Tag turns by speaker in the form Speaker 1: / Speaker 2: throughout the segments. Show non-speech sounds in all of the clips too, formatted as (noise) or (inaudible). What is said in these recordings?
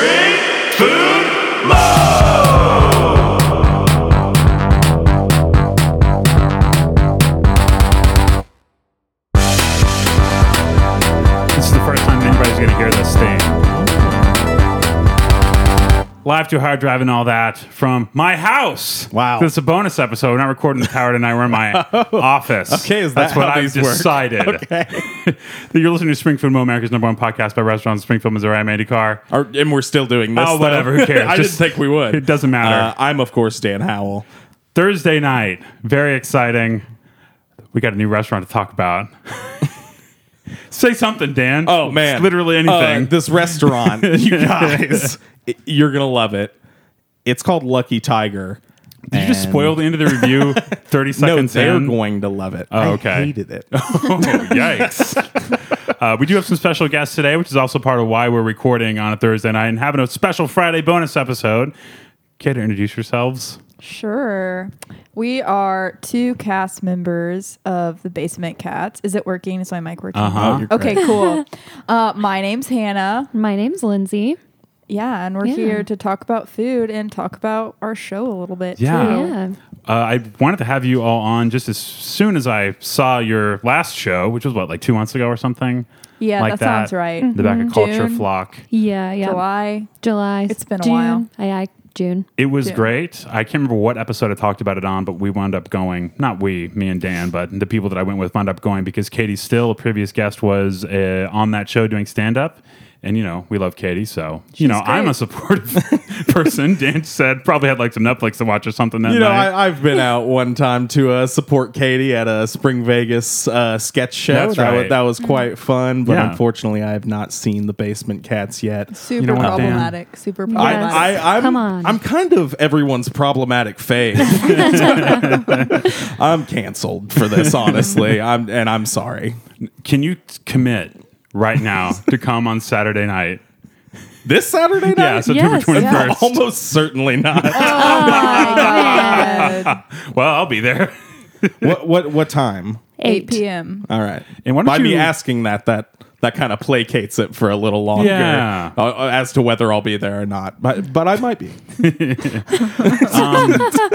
Speaker 1: Spring Food Mo!
Speaker 2: This is the first time anybody's going to hear this thing. Live to hard drive and all that from my house.
Speaker 3: Wow.
Speaker 2: This is a bonus episode. We're not recording the tower tonight. We're in my
Speaker 3: (laughs)
Speaker 2: Oh. office.
Speaker 3: Okay, is
Speaker 2: That's
Speaker 3: that
Speaker 2: what
Speaker 3: how
Speaker 2: I've
Speaker 3: these work?
Speaker 2: decided.
Speaker 3: (laughs) Okay.
Speaker 2: (laughs) You're listening to Spring Food Mo, America's number one podcast by restaurants in Springfield, Missouri. I'm Andy Carr.
Speaker 3: Or, and we're still doing this.
Speaker 2: Oh,
Speaker 3: though.
Speaker 2: whatever, who
Speaker 3: (laughs)
Speaker 2: cares?
Speaker 3: I
Speaker 2: Just-
Speaker 3: didn't think we would.
Speaker 2: it doesn't matter.
Speaker 3: Uh, I'm, of course, Dan Howell.
Speaker 2: Thursday night. Very exciting. We got a new restaurant to talk about. (laughs) Say something, Dan.
Speaker 3: Oh, man.
Speaker 2: It's literally
Speaker 3: Uh,
Speaker 2: anything.
Speaker 3: this
Speaker 2: (laughs)
Speaker 3: restaurant, you guys, i- you're going to love it. It's called Lucky Tiger.
Speaker 2: Did you just spoil the end of the
Speaker 3: (laughs)
Speaker 2: review 30
Speaker 3: No,
Speaker 2: seconds
Speaker 3: they're
Speaker 2: in?
Speaker 3: going to love it.
Speaker 2: Oh, okay.
Speaker 3: I hated it.
Speaker 2: Yikes. uh, we do have some special guests today, which is also part of why we're recording on a Thursday night and having a special Friday bonus episode. Care to introduce yourselves?
Speaker 4: Sure. We are two cast members of the Basement Cats. Is it working? Is my mic working?
Speaker 2: Uh-huh.
Speaker 3: Oh, you're
Speaker 4: Okay,
Speaker 3: great.
Speaker 4: cool. uh, my name's Hannah.
Speaker 5: My name's Lindsay.
Speaker 4: Yeah, and we're
Speaker 5: Yeah.
Speaker 4: here to talk about food and talk about our show a little bit.
Speaker 2: Yeah.
Speaker 4: too.
Speaker 5: Yeah.
Speaker 2: Uh, I wanted to have you all on just as soon as I saw your last show, which was what, like two months ago or something?
Speaker 4: Yeah,
Speaker 2: like
Speaker 4: that sounds right. Mm-hmm.
Speaker 2: The Back of Culture
Speaker 4: June.
Speaker 2: flock.
Speaker 5: Yeah. Yeah.
Speaker 4: July.
Speaker 5: July.
Speaker 4: It's been a
Speaker 5: June.
Speaker 4: while.
Speaker 5: Aye, aye. June.
Speaker 2: It was
Speaker 4: Yeah.
Speaker 2: great. I can't remember what episode I talked about it on, but we wound up going, not we, me and Dan, but the people that I went with wound up going because Katie Still, a previous guest, was uh, on that show doing stand up. And, you know, we love Katie. So, you know, I'm a
Speaker 4: great.
Speaker 2: supportive (laughs) person. Dan said probably had like some Netflix to watch or something
Speaker 3: (laughs)
Speaker 2: that
Speaker 3: You know,
Speaker 2: night.
Speaker 3: I, I've been out one time to uh, support Katie at a Spring Vegas uh, sketch show.
Speaker 2: That's
Speaker 3: that, wa-
Speaker 2: right.
Speaker 3: that was quite fun, but
Speaker 2: Yeah.
Speaker 3: unfortunately, I have not seen the Basement Cats yet.
Speaker 4: Super
Speaker 2: know what, Dan?
Speaker 4: problematic. Super
Speaker 3: I,
Speaker 4: problematic.
Speaker 3: I, I'm,
Speaker 5: Come on.
Speaker 3: I'm kind of everyone's problematic
Speaker 5: (laughs)
Speaker 3: fave. I'm canceled for this, honestly. I'm and I'm sorry.
Speaker 2: Can you t- commit right
Speaker 4: (laughs)
Speaker 2: now to come on Saturday night?
Speaker 3: This Saturday night,
Speaker 2: Yeah, September
Speaker 5: Yes.
Speaker 2: 21st.
Speaker 3: almost certainly not.
Speaker 4: Uh,
Speaker 2: (laughs) Well, I'll be there.
Speaker 3: (laughs) what what what time?
Speaker 4: 8
Speaker 5: Eight.
Speaker 4: p.m.
Speaker 3: All right.
Speaker 2: And why don't
Speaker 3: by me
Speaker 2: you-
Speaker 3: asking that that that kind of placates it for a little longer
Speaker 2: Yeah.
Speaker 3: uh, uh, as to whether I'll be there or not. But but I might be.
Speaker 5: Oh.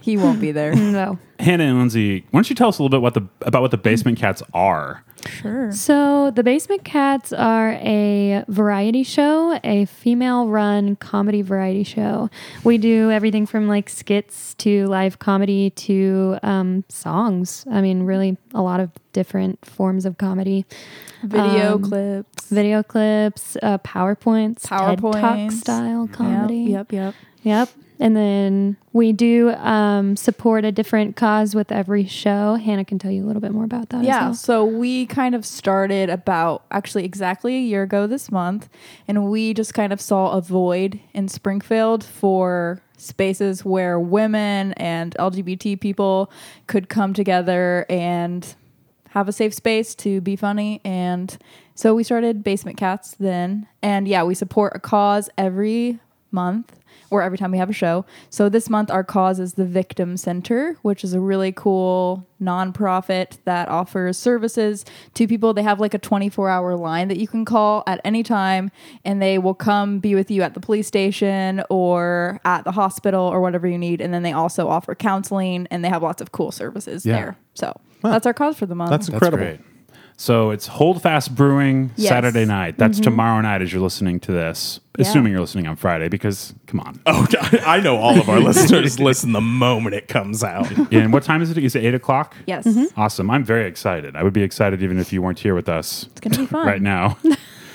Speaker 4: He won't be there.
Speaker 5: No.
Speaker 2: Hannah and Lindsay, why don't you tell us a little bit what the, about what the Basement Cats are?
Speaker 4: sure.
Speaker 5: So, The Basement Cats are a variety show, a female run comedy variety show. We do everything from like skits to live comedy to um, songs. I mean, really a lot of different forms of comedy.
Speaker 4: Video
Speaker 5: Um,
Speaker 4: clips.
Speaker 5: Video clips, uh, PowerPoints, PowerPoint Talk
Speaker 4: PowerPoints.
Speaker 5: style comedy.
Speaker 4: Yep, yep, yep.
Speaker 5: Yep. And then we do um, support a different cause with every show. Hannah can tell you a little bit more about that.
Speaker 4: Yeah,
Speaker 5: As
Speaker 4: so we kind of started about actually exactly a year ago this month, and we just kind of saw a void in Springfield for spaces where women and LGBT people could come together and have a safe space to be funny. And so we started Basement Cats then. And yeah, we support a cause every month or every time we have a show. So this month, our cause is the Victim Center, which is a really cool nonprofit that offers services to people. They have like a 24 hour line that you can call at any time, and they will come be with you at the police station or at the hospital or whatever you need. And then they also offer counseling and they have lots of cool services
Speaker 2: Yeah.
Speaker 4: there. So that's our cause for the month.
Speaker 3: That's incredible.
Speaker 2: That's great. So it's Hold Fast Brewing
Speaker 4: Yes. Mm-hmm.
Speaker 2: Saturday night. That's tomorrow night as you're listening to this,
Speaker 4: Yeah.
Speaker 2: assuming you're listening on Friday, because come on.
Speaker 3: Oh, I know all (laughs) of our listeners listen the moment it comes out.
Speaker 2: and what time is it? Is it eight o'clock?
Speaker 4: Yes.
Speaker 2: Awesome. I'm very excited. I would be excited even if you weren't here with us
Speaker 4: It's going to be fun.
Speaker 2: right now.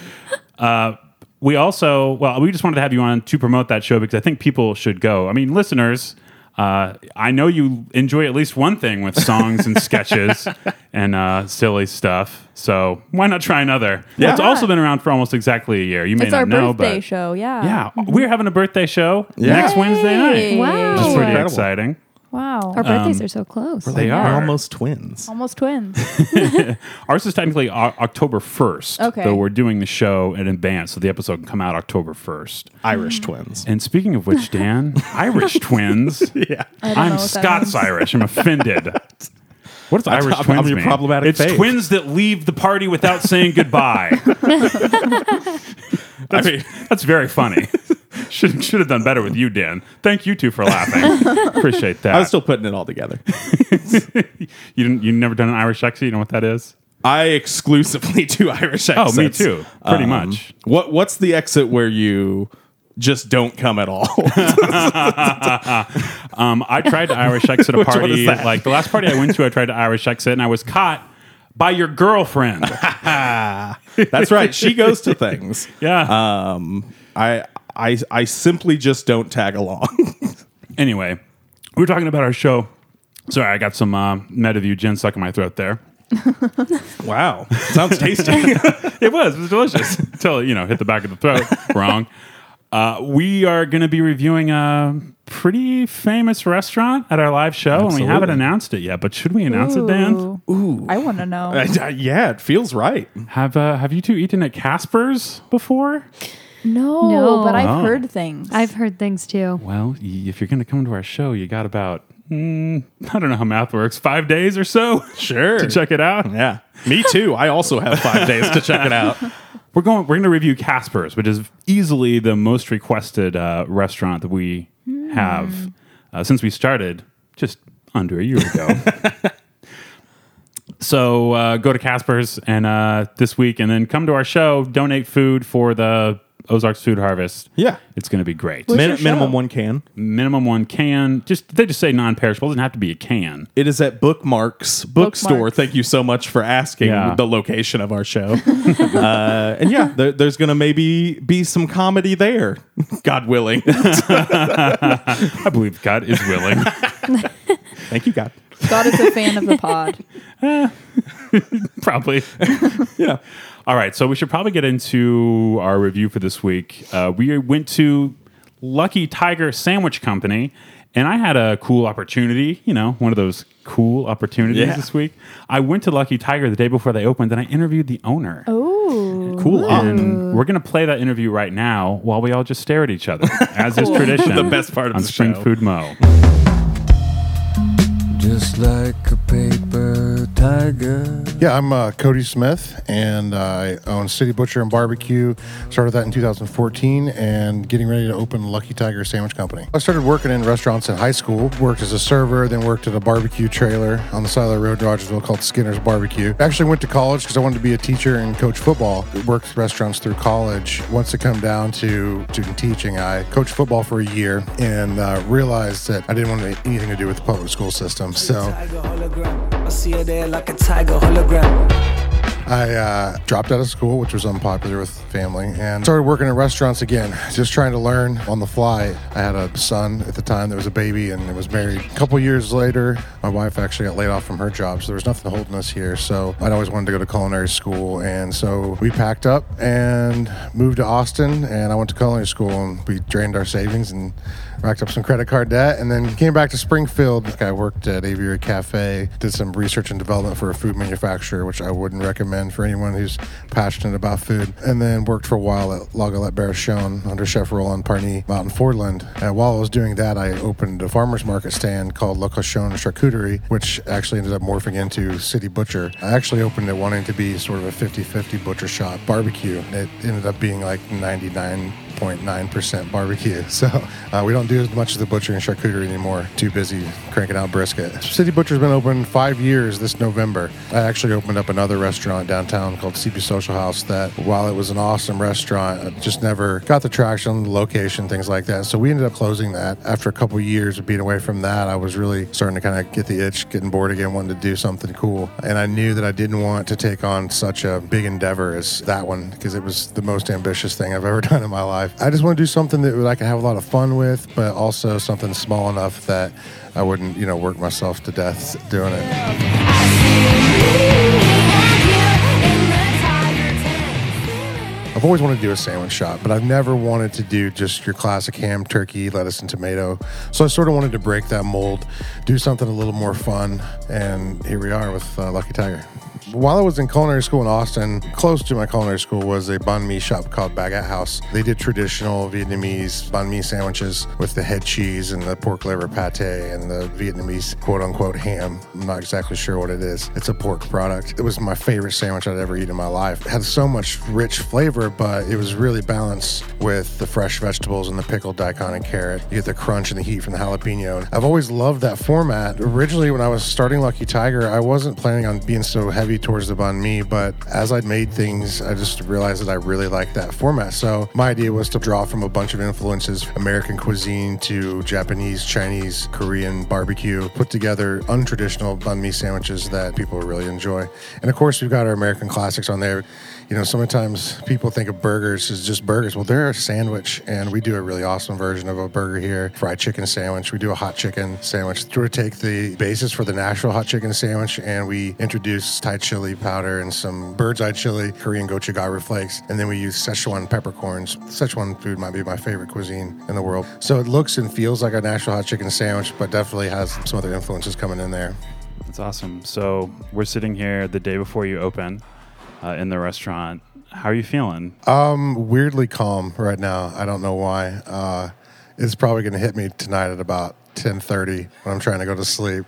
Speaker 2: (laughs) uh, we also, well, we just wanted to have you on to promote that show because I think people should go. I mean, listeners, uh, I know you enjoy at least one thing with songs and
Speaker 4: (laughs)
Speaker 2: sketches and uh, silly stuff. So why not try another? Well, it's
Speaker 3: Yeah.
Speaker 2: also been around for almost exactly a year. You may
Speaker 4: It's
Speaker 2: not
Speaker 4: our
Speaker 2: know,
Speaker 4: birthday
Speaker 2: but
Speaker 4: show. Yeah.
Speaker 2: yeah, we're having a birthday show next
Speaker 4: Yay!
Speaker 2: Wednesday night.
Speaker 5: Wow.
Speaker 2: Which is pretty
Speaker 3: Incredible.
Speaker 2: exciting.
Speaker 4: Wow.
Speaker 5: well. Our
Speaker 2: um,
Speaker 5: birthdays are so close.
Speaker 2: They are.
Speaker 3: almost twins.
Speaker 4: Almost twins.
Speaker 2: Ours is technically o- October 1st.
Speaker 4: Okay.
Speaker 2: Though we're doing the show in advance, so the episode can come out October 1st.
Speaker 3: Irish twins.
Speaker 2: And speaking of which, Dan, Irish twins.
Speaker 3: (laughs) Yeah.
Speaker 4: don't know
Speaker 2: I'm
Speaker 4: what that
Speaker 2: Scots
Speaker 4: means.
Speaker 2: Irish.
Speaker 3: (laughs)
Speaker 2: I'm offended. What does Irish
Speaker 3: I'm-
Speaker 2: twins
Speaker 3: I'm your
Speaker 2: mean?
Speaker 3: problematic
Speaker 2: it's
Speaker 3: fave. (laughs)
Speaker 4: (laughs)
Speaker 2: twins that leave the party without saying goodbye. That's, that's very
Speaker 3: (laughs)
Speaker 2: funny. should should have done better with you, Dan. Thank you two
Speaker 3: (laughs)
Speaker 2: for laughing. Appreciate that.
Speaker 3: I was still putting it all together. (laughs)
Speaker 2: you didn't. You never done an Irish accent. You know what that is?
Speaker 3: I exclusively do Irish
Speaker 2: Oh,
Speaker 3: accents. Um,
Speaker 2: me too. Pretty much.
Speaker 3: What What's the exit where you just don't come at all? (laughs)
Speaker 2: Um, I tried to
Speaker 3: (laughs)
Speaker 2: Irish exit a
Speaker 3: Which one
Speaker 2: party.
Speaker 3: is that?
Speaker 2: Like the last party I went to, I tried to Irish exit, and I was caught by your girlfriend.
Speaker 3: That's right. She goes to things.
Speaker 2: Yeah.
Speaker 3: Um, I I I simply just don't tag along. (laughs)
Speaker 2: anyway, we were talking about our show. Sorry, I got some uh, Mediview gin stuck in my throat there.
Speaker 3: wow, sounds (laughs) tasty.
Speaker 2: It was. It was delicious (laughs) until you know hit the back of the (laughs) throat. Wrong. Uh, we are going to be reviewing a pretty famous restaurant at our live show, and we haven't
Speaker 3: Absolutely.
Speaker 2: announced it yet. But should we announce it, Dan?
Speaker 4: Ooh. (laughs) I want to know.
Speaker 3: yeah, it feels right.
Speaker 2: Have uh, Have you two eaten at Casper's before?
Speaker 4: No,
Speaker 5: No.
Speaker 4: but I've
Speaker 2: Oh.
Speaker 4: heard things.
Speaker 5: I've heard things too.
Speaker 2: Well, y- if you're going to come to our show, you got about mm, I don't know how math works, five days or so
Speaker 3: Sure.
Speaker 2: (laughs) to check it out.
Speaker 3: Yeah, me too. I also have five days to check it out.
Speaker 2: (laughs) We're going. We're going to review Casper's, which is easily the most requested uh, restaurant that we have uh, since we started just under a year ago. so uh, go to Casper's and uh, this week, and then come to our show. Donate food for the Ozarks Food Harvest.
Speaker 3: (laughs) Yeah.
Speaker 2: it's going to be great.
Speaker 4: Where's
Speaker 3: Min-
Speaker 4: your show?
Speaker 3: minimum one can.
Speaker 2: Minimum one can. Just they just say non-perishable. It doesn't have to be a can.
Speaker 3: It is at Bookmarks Bookstore.
Speaker 4: Bookmarks.
Speaker 3: Thank you so much for asking
Speaker 2: Yeah.
Speaker 3: the location of our
Speaker 2: (laughs)
Speaker 3: show. uh, and yeah, there, there's going to maybe be some comedy there, (laughs) God
Speaker 2: (laughs)
Speaker 3: willing.
Speaker 2: I believe God is (laughs) willing.
Speaker 3: Thank you, God.
Speaker 4: (laughs) God is a fan of
Speaker 5: (laughs)
Speaker 4: the pod.
Speaker 2: probably. (laughs) yeah. All right. So we should probably get into our review for this week. Uh, we went to Lucky Tiger Sandwich Company, and I had a cool opportunity. You know, one of those cool opportunities
Speaker 3: Yeah.
Speaker 2: this week. I went to Lucky Tiger the day before they opened, and I interviewed the owner.
Speaker 4: Oh, Ooh.
Speaker 2: Cool. And we're going to play that interview right now while we all just stare at each other, as is tradition.
Speaker 3: (laughs) The best part of
Speaker 2: on
Speaker 3: the
Speaker 2: Spring
Speaker 3: show.
Speaker 2: Food Mo.
Speaker 6: Just like a paper tiger.
Speaker 7: Yeah, I'm uh, Cody Smith, and I own City Butcher and Barbecue. Started that in 2014, and getting ready to open Lucky Tiger Sandwich Company. I started working in restaurants in high school. Worked as a server, then worked at a barbecue trailer on the side of the road in Rogersville called Skinner's Barbecue. Actually, went to college because I wanted to be a teacher and coach football. Worked restaurants through college. Once it come down to to teaching, I coached football for a year and uh, realized that I didn't want anything to do with the public school system. So.
Speaker 6: Tiger hologram. I see her there like a tiger hologram.
Speaker 7: I uh, dropped out of school, which was unpopular with family, and started working in restaurants again, just trying to learn on the fly. I had a son at the time that was a baby and was married. A couple years later, my wife actually got laid off from her job, so there was nothing holding us here. So I'd always wanted to go to culinary school, and so we packed up and moved to Austin, and I went to culinary school, and we drained our savings and racked up some credit card debt, and then came back to Springfield. I worked at Aviary Cafe, did some research and development for a food manufacturer, which I wouldn't recommend for anyone who's passionate about food. And then worked for a while at La Galette Berchon under Chef Roland Parny out in Fordland. And while I was doing that, I opened a farmer's market stand called La Cochon Charcuterie, which actually ended up morphing into City Butcher. I actually opened it wanting to be sort of a 50 50 butcher shop barbecue. It ended up being like 99 0.9% barbecue. (laughs) So uh, we don't do as much of the butcher and charcuterie anymore. Too busy cranking out brisket. City Butcher's been open five years this November. I actually opened up another restaurant downtown called CB Social House that, while it was an awesome restaurant, it just never got the traction, the location, things like that. So we ended up closing that. After a couple years of being away from that, I was really starting to kind of get the itch, getting bored again, wanting to do something cool. And I knew that I didn't want to take on such a big endeavor as that one because it was the most ambitious thing I've ever (laughs) done in my life. I just want to do something that I can have a lot of fun with, but also something small enough that I wouldn't, you know, work myself to death doing it. I've always wanted to do a sandwich shop, but I've never wanted to do just your classic ham, turkey, lettuce, and tomato. So I sort of wanted to break that mold, do something a little more fun, and here we are with uh, Lucky Tiger. While I was in culinary school in Austin, close to my culinary school was a banh mi shop called Baguette House. They did traditional Vietnamese banh mi sandwiches with the head cheese and the pork liver pate and the Vietnamese quote unquote ham. I'm not exactly sure what it is. It's a pork product. It was my favorite sandwich I'd ever eaten in my life. It had so much rich flavor, but it was really balanced with the fresh vegetables and the pickled daikon and carrot. You get the crunch and the heat from the jalapeno. I've always loved that format. Originally, when I was starting Lucky Tiger, I wasn't planning on being so heavy towards the banh mi, but as I'd made things, I just realized that I really liked that format. So my idea was to draw from a bunch of influences American cuisine to Japanese, Chinese, Korean barbecue, put together untraditional banh mi sandwiches that people really enjoy. And of course, we've got our American classics on there. You know, sometimes people think of burgers as just burgers. Well, they're a sandwich, and we do a really awesome version of a burger here fried chicken sandwich. We do a hot chicken sandwich. We take the basis for the Nashville hot chicken sandwich and we introduce Thai chili powder and some bird's eye chili, Korean gochugaru flakes, and then we use Szechuan peppercorns. Szechuan food might be my favorite cuisine in the world. So it looks and feels like a Nashville hot chicken sandwich, but definitely has some other influences coming in there.
Speaker 2: That's awesome. So we're sitting here the day before you open uh, in the restaurant. How are you feeling?
Speaker 7: Um, weirdly calm right now. I don't know why. Uh, it's probably going to hit me tonight at about ten thirty when I'm trying to go to sleep,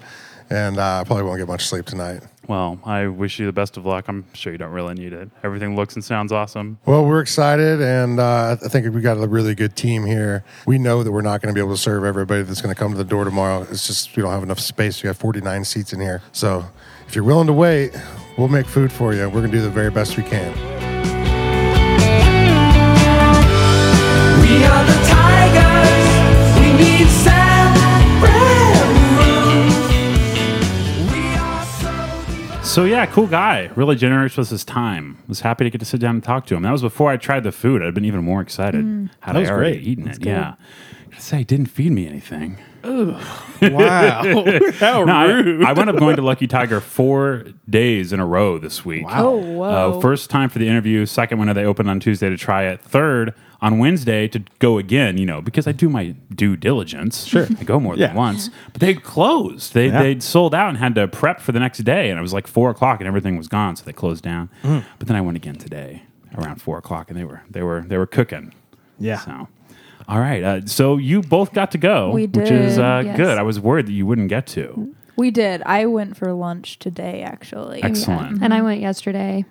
Speaker 7: and uh, I probably won't get much sleep tonight.
Speaker 2: Well, I wish you the best of luck. I'm sure you don't really need it. Everything looks and sounds awesome.
Speaker 7: Well, we're excited, and uh, I think we got a really good team here. We know that we're not going to be able to serve everybody that's going to come to the door tomorrow. It's just we don't have enough space. We have 49 seats in here, so if you're willing to wait, we'll make food for you. We're going to do the very best we can.
Speaker 8: We are the tigers. We need celebrate. We are so.
Speaker 2: So yeah, cool guy. Really generous with his time. Was happy to get to sit down and talk to him. That was before I tried the food. I'd been even more excited.
Speaker 3: Mm. That
Speaker 2: Had
Speaker 3: was
Speaker 2: I already
Speaker 3: great.
Speaker 2: eaten it? Yeah. Gotta say, he didn't feed me anything.
Speaker 3: (laughs) Wow. How
Speaker 2: (laughs) No,
Speaker 3: rude.
Speaker 2: I, I wound up going to Lucky Tiger four days in a row this week.
Speaker 4: Oh, whoa.
Speaker 2: Uh, first time for the interview, second one they opened on Tuesday to try it, third on Wednesday to go again, you know, because I do my due diligence. Sure. I go more
Speaker 3: Yeah.
Speaker 2: than once. But they closed. They,
Speaker 3: Yeah.
Speaker 2: They'd sold out and had to prep for the next day. And it was like four o'clock and everything was gone. So they closed down. But then I went again today around four o'clock and they were, they were, they were cooking.
Speaker 3: Yeah.
Speaker 2: So. All right, uh, so you both got to go,
Speaker 5: We
Speaker 2: which is
Speaker 5: did,
Speaker 2: uh,
Speaker 5: yes.
Speaker 2: good. I was worried that you wouldn't get to.
Speaker 4: We did. I went for lunch today, actually.
Speaker 2: Excellent.
Speaker 4: Mm-hmm.
Speaker 5: And I went yesterday.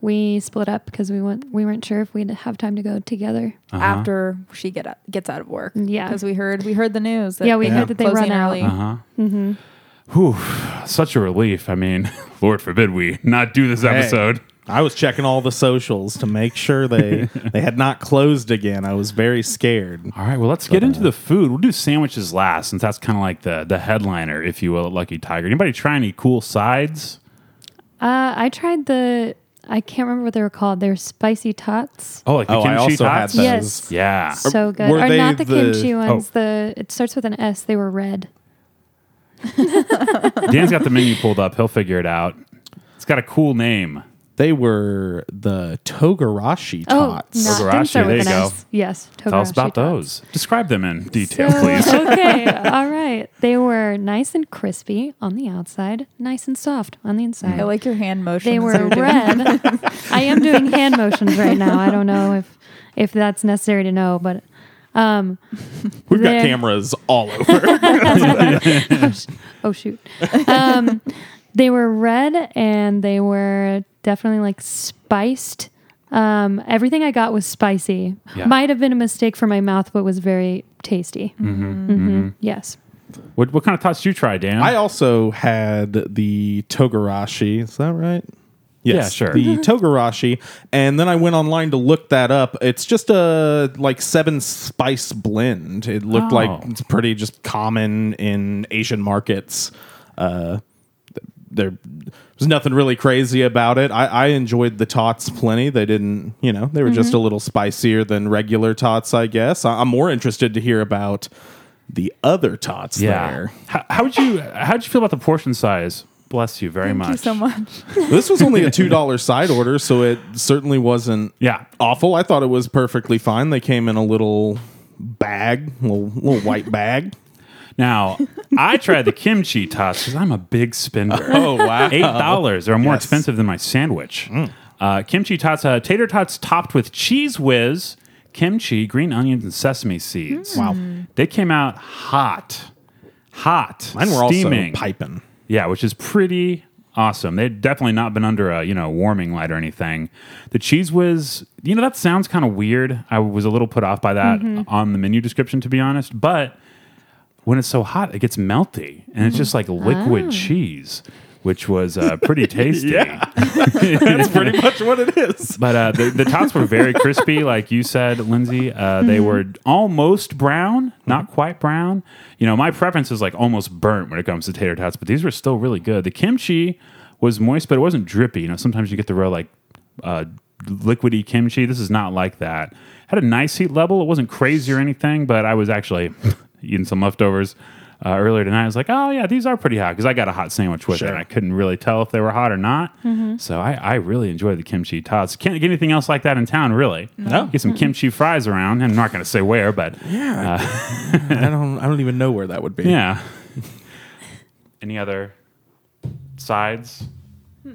Speaker 5: We split up because we went. We weren't sure if we'd have time to go together.
Speaker 4: uh-huh. After she get out, gets out of work.
Speaker 5: Yeah.
Speaker 4: Because we heard we heard the news. that
Speaker 5: Yeah, we
Speaker 4: they're
Speaker 5: heard that they
Speaker 4: closing
Speaker 5: run out.
Speaker 4: early.
Speaker 2: Whew, such a relief. I mean, (laughs) Lord forbid we not do this episode.
Speaker 3: I was checking all the socials to make sure
Speaker 2: (laughs)
Speaker 3: they they had not closed again. I was very scared.
Speaker 2: All right, well, let's get into the food. We'll do sandwiches last, since that's kind of like the the headliner, if you will, at Lucky Tiger. Anybody try any cool sides?
Speaker 5: Uh, I tried the. I can't remember what they were called. They're spicy tots.
Speaker 2: Oh, like the
Speaker 3: Oh, I
Speaker 2: kimchi
Speaker 3: also had
Speaker 2: tots?
Speaker 3: those.
Speaker 5: Yes.
Speaker 2: Yeah.
Speaker 5: So good.
Speaker 3: were
Speaker 5: or
Speaker 3: they
Speaker 5: not the,
Speaker 3: the-
Speaker 5: kimchi ones.
Speaker 2: oh.
Speaker 5: The it starts with an S. They were red.
Speaker 2: (laughs) Dan's got the menu pulled up. He'll figure it out. It's got a cool name.
Speaker 3: They were the Togarashi tots.
Speaker 5: Oh,
Speaker 2: Togarashi,
Speaker 5: not, didn't start
Speaker 2: there
Speaker 5: with
Speaker 2: you
Speaker 5: an
Speaker 2: go.
Speaker 5: S. Yes, Togarashi
Speaker 2: Tell us about
Speaker 5: tots.
Speaker 2: those. Describe them in detail,
Speaker 5: So-
Speaker 2: please.
Speaker 5: (laughs)
Speaker 2: (laughs)
Speaker 5: okay, all right. They were nice and crispy on the outside, nice and soft on the inside.
Speaker 4: I like your hand motions. (laughs)
Speaker 5: they were
Speaker 4: you're doing.
Speaker 5: red. I am doing hand motions right now. I don't know if if that's necessary to know, but um,
Speaker 3: We've got
Speaker 5: they're-
Speaker 3: cameras all over.
Speaker 5: (laughs) oh shoot, um, they were red and they were definitely like spiced. Um, everything I got was spicy.
Speaker 2: Yeah.
Speaker 5: Might have been a mistake for my mouth, but was very tasty. Mm-hmm. Yes.
Speaker 2: what, what kind of tots do you try, Dan?
Speaker 3: I also had the Togarashi. Is that right?
Speaker 2: Yeah, sure.
Speaker 3: The Togarashi, and then I went online to look that up. It's just a like seven spice blend. It looked
Speaker 2: Oh.
Speaker 3: like it's pretty just common in Asian markets. Uh, th- there was nothing really crazy about it. I, I enjoyed the tots plenty. They didn't, you know, they were just a little spicier than regular tots. I guess I, I'm more interested to hear about the other tots there.
Speaker 2: How, how would you how would you feel about the portion size? Bless you very much.
Speaker 4: Thank you so much.
Speaker 3: this was only a two dollar side order, so it certainly wasn't
Speaker 2: Yeah.
Speaker 3: awful. I thought it was perfectly fine. They came in a little bag, little, little white bag.
Speaker 2: Now, I tried the kimchi tots because I'm a big spender.
Speaker 3: (laughs) Oh, wow. Mm.
Speaker 2: Eight dollars are more expensive than my sandwich. Uh, kimchi tots, uh, tater tots topped with cheese whiz, kimchi, green onions, and sesame seeds.
Speaker 3: Wow.
Speaker 2: They came out hot, hot,
Speaker 3: Mine were
Speaker 2: steaming.
Speaker 3: also piping.
Speaker 2: Yeah, which is pretty awesome. They'd definitely not been under a you know warming light or anything. The cheese whiz, you know, that sounds kind of weird. I was a little put off by that
Speaker 3: Mm-hmm.
Speaker 2: on the menu description, to be honest. But when it's so hot, it gets melty, and it's just like liquid
Speaker 3: Oh.
Speaker 2: cheese, which was
Speaker 3: (laughs)
Speaker 2: uh, pretty tasty. (laughs)
Speaker 3: That's pretty much what it is.
Speaker 2: But uh, the, the tots were very crispy, like you said, Lindsay. Uh, They were almost brown, not quite brown. You know, my preference is like almost burnt when it comes to tater tots, but these were still really good. The kimchi was moist, but it wasn't drippy. You know, sometimes you get the real like uh, liquidy kimchi. This is not like that. Had a nice heat level. It wasn't crazy or anything, but I was actually (laughs) eating some leftovers. Uh, earlier tonight, I was like, "Oh yeah, these are pretty hot" because I got a hot sandwich with it, and I couldn't really tell if they were hot or not. So I, I really enjoyed the kimchi tots. Can't get anything else like that in town, really.
Speaker 3: No.
Speaker 2: get some kimchi fries around. I'm not going to say where, but
Speaker 3: I don't. I don't even know where that would be.
Speaker 2: yeah. Any other sides?
Speaker 4: (laughs)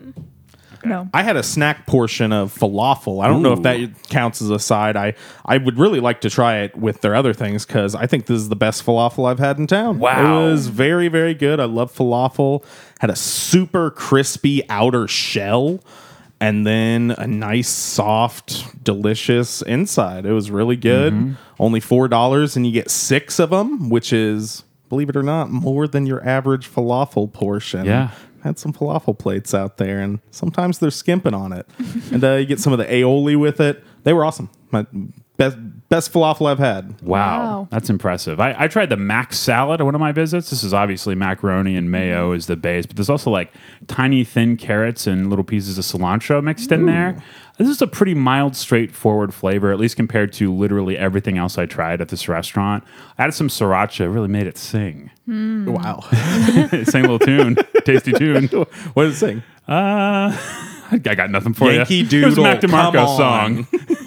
Speaker 4: No.
Speaker 3: I had a snack portion of falafel. I don't know if that counts as a side. I I would really like to try it with their other things because I think this is the best falafel I've had in town.
Speaker 2: Wow.
Speaker 3: it was very very good. I love falafel. Had a super crispy outer shell, and then a nice soft, delicious inside. It was really good. Only four dollars, and you get six of them, which is believe it or not more than your average falafel portion
Speaker 2: Yeah.
Speaker 3: had some falafel plates out there, and sometimes they're skimping on it. and uh, you get some of the aioli with it. They were awesome. My best best falafel I've had.
Speaker 2: Wow,
Speaker 4: Wow.
Speaker 2: that's impressive. I, I tried the mac salad at one of my visits. This is obviously macaroni and mayo
Speaker 3: Mm-hmm.
Speaker 2: is the base, but there's also like tiny thin carrots and little pieces of cilantro mixed in
Speaker 3: Mm.
Speaker 2: there. This is a pretty mild, straightforward flavor, at least compared to literally everything else I tried at this restaurant. Added some sriracha, it really made
Speaker 3: (laughs)
Speaker 2: it sing.
Speaker 3: Wow.
Speaker 2: Sing a little tune,
Speaker 3: (laughs)
Speaker 2: tasty tune.
Speaker 3: what did it sing?
Speaker 2: Uh, (laughs) I got nothing for
Speaker 3: Yankee (laughs)
Speaker 2: you. It was a
Speaker 3: Doodle,
Speaker 2: Mac
Speaker 3: come
Speaker 2: DeMarco
Speaker 3: on.
Speaker 2: song.
Speaker 3: (laughs)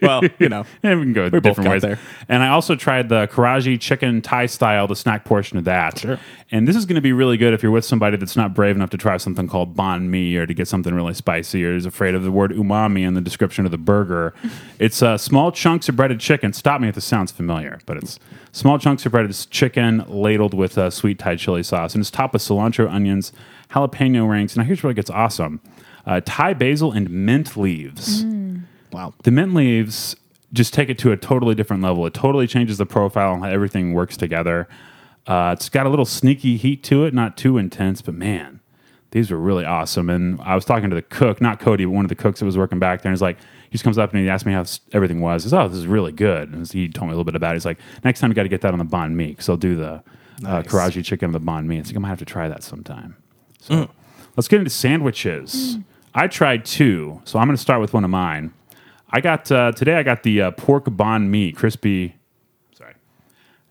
Speaker 3: Well, you know.
Speaker 2: (laughs) Yeah, we can go
Speaker 3: both
Speaker 2: different
Speaker 3: got
Speaker 2: ways.
Speaker 3: there.
Speaker 2: And I also tried the Karaji chicken Thai style, the snack portion of that.
Speaker 3: Sure.
Speaker 2: And this is going to be really good if you're with somebody that's not brave enough to try something called banh mi or to get something really spicy or is afraid of the word umami in the description of the
Speaker 3: (laughs)
Speaker 2: burger. it's uh, small chunks of breaded chicken. Stop me if this sounds familiar, but it's small chunks of breaded chicken ladled with uh, sweet Thai chili sauce. And it's topped with cilantro, onions, jalapeno rings. Now, here's where it gets awesome uh, Thai basil and mint leaves
Speaker 3: Wow.
Speaker 2: the mint leaves just take it to a totally different level. It totally changes the profile and how everything works together. Uh, it's got a little sneaky heat to it, not too intense, but man, these were really awesome. And I was talking to the cook, not Cody, but one of the cooks that was working back there. And he's like, he just comes up and he asked me how s- everything was. He's, oh, this is really good. And he told me a little bit about it. He's like, next time you got to get that on the banh mi because they'll do the uh, Karaji chicken on the banh mi. It's like, I might have to try that sometime. So let's get into sandwiches. I tried two, so I'm going to start with one of mine. I got uh, today. I got the uh, pork banh mi, crispy. Sorry.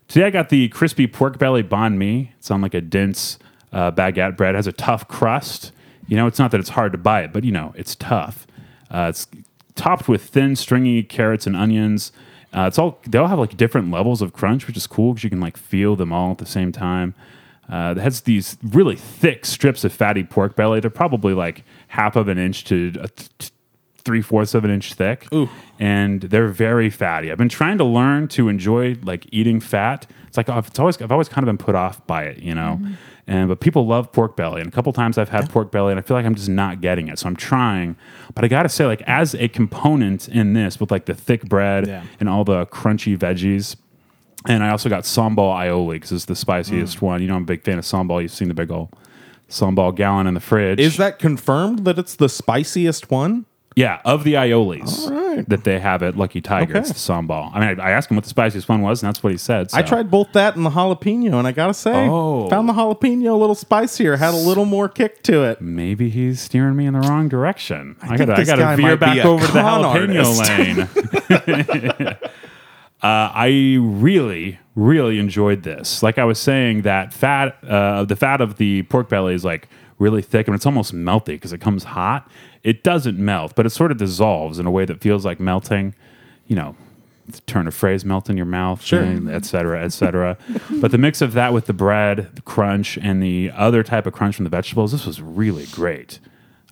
Speaker 2: Today I got the crispy pork belly banh mi. It's on like a dense uh, baguette bread. It has a tough crust. You know, it's not that it's hard to buy it, but you know, it's tough. Uh, it's topped with thin, stringy carrots and onions. Uh, it's all they all have like different levels of crunch, which is cool because you can like feel them all at the same time. Uh, it has these really thick strips of fatty pork belly. They're probably like half of an inch to a th- t- three fourths of an inch thick, and they're very fatty. I've been trying to learn to enjoy like eating fat. It's like oh, it's always I've always kind of been put off by it, you know.
Speaker 3: Mm-hmm.
Speaker 2: And but people love pork belly, and a couple times I've had pork belly, and I feel like I'm just not getting it. So I'm trying, but I gotta say, like as a component in this with like the thick bread
Speaker 3: Yeah.
Speaker 2: and all the crunchy veggies. And I also got sambal aioli because it's the
Speaker 3: Mm.
Speaker 2: spiciest one. You know, I'm a big fan of sambal. You've seen the big old sambal gallon in the fridge.
Speaker 3: Is that confirmed that it's the spiciest one?
Speaker 2: Yeah, of the Iolis
Speaker 3: right.
Speaker 2: that they have at Lucky Tiger, it's the sambal. I mean, I, I asked him what the spiciest one was, and that's what he said.
Speaker 3: I
Speaker 2: so.
Speaker 3: tried both that and the jalapeno, and I gotta say,
Speaker 2: Oh.
Speaker 3: found the jalapeno a little spicier, had a little more kick to it.
Speaker 2: Maybe he's steering me in the wrong direction. I,
Speaker 3: think
Speaker 2: gotta, I
Speaker 3: this
Speaker 2: gotta
Speaker 3: guy
Speaker 2: veer
Speaker 3: might be
Speaker 2: back
Speaker 3: a
Speaker 2: over to the
Speaker 3: con
Speaker 2: jalapeno
Speaker 3: artist. (laughs)
Speaker 2: lane. uh, I really, really enjoyed this. Like I was saying, that fat, uh, the fat of the pork belly is like really thick and it's almost melty because it comes hot. It doesn't melt, but it sort of dissolves in a way that feels like melting. You know, turn a phrase melt in your mouth,
Speaker 3: Sure.
Speaker 2: and et cetera, et cetera. but the mix of that with the bread the crunch and the other type of crunch from the vegetables, this was really great.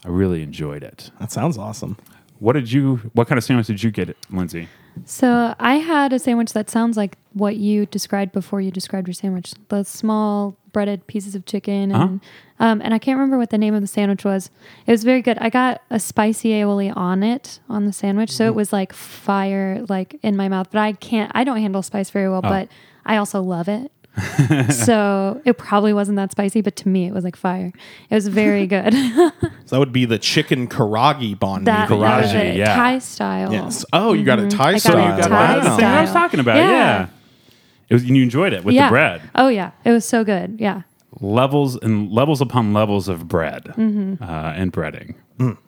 Speaker 2: I really enjoyed it.
Speaker 3: That sounds awesome.
Speaker 2: What did you? What kind of sandwich did you get, Lindsay?
Speaker 5: So I had a sandwich that sounds like what you described before you described your sandwich. The small breaded pieces of chicken
Speaker 2: Uh-huh.
Speaker 5: and um, and I can't remember what the name of the sandwich was. It was very good. I got a spicy aioli on it on the sandwich, so it
Speaker 2: Mm-hmm.
Speaker 5: was like fire like in my mouth. But I can't I don't handle spice very
Speaker 2: Oh.
Speaker 5: well, but I also love it. (laughs) so it probably wasn't that spicy, but to me it was like fire. It was
Speaker 2: (laughs)
Speaker 5: very good. (laughs)
Speaker 3: So that would be the chicken karagi banh mi.
Speaker 5: that, that was
Speaker 2: Karaji,
Speaker 5: it.
Speaker 2: yeah.
Speaker 5: Thai style.
Speaker 3: Yes. Oh, you got a
Speaker 5: I
Speaker 3: Thai
Speaker 5: got
Speaker 3: style.
Speaker 5: a Thai
Speaker 2: Wow. That's the thing I was
Speaker 5: style.
Speaker 2: talking about. Yeah.
Speaker 5: Yeah.
Speaker 2: It was, and you enjoyed it with
Speaker 5: yeah.
Speaker 2: the bread.
Speaker 5: Oh yeah. It was so good. Yeah.
Speaker 2: levels and levels upon levels of bread uh, and breading.
Speaker 3: Mm.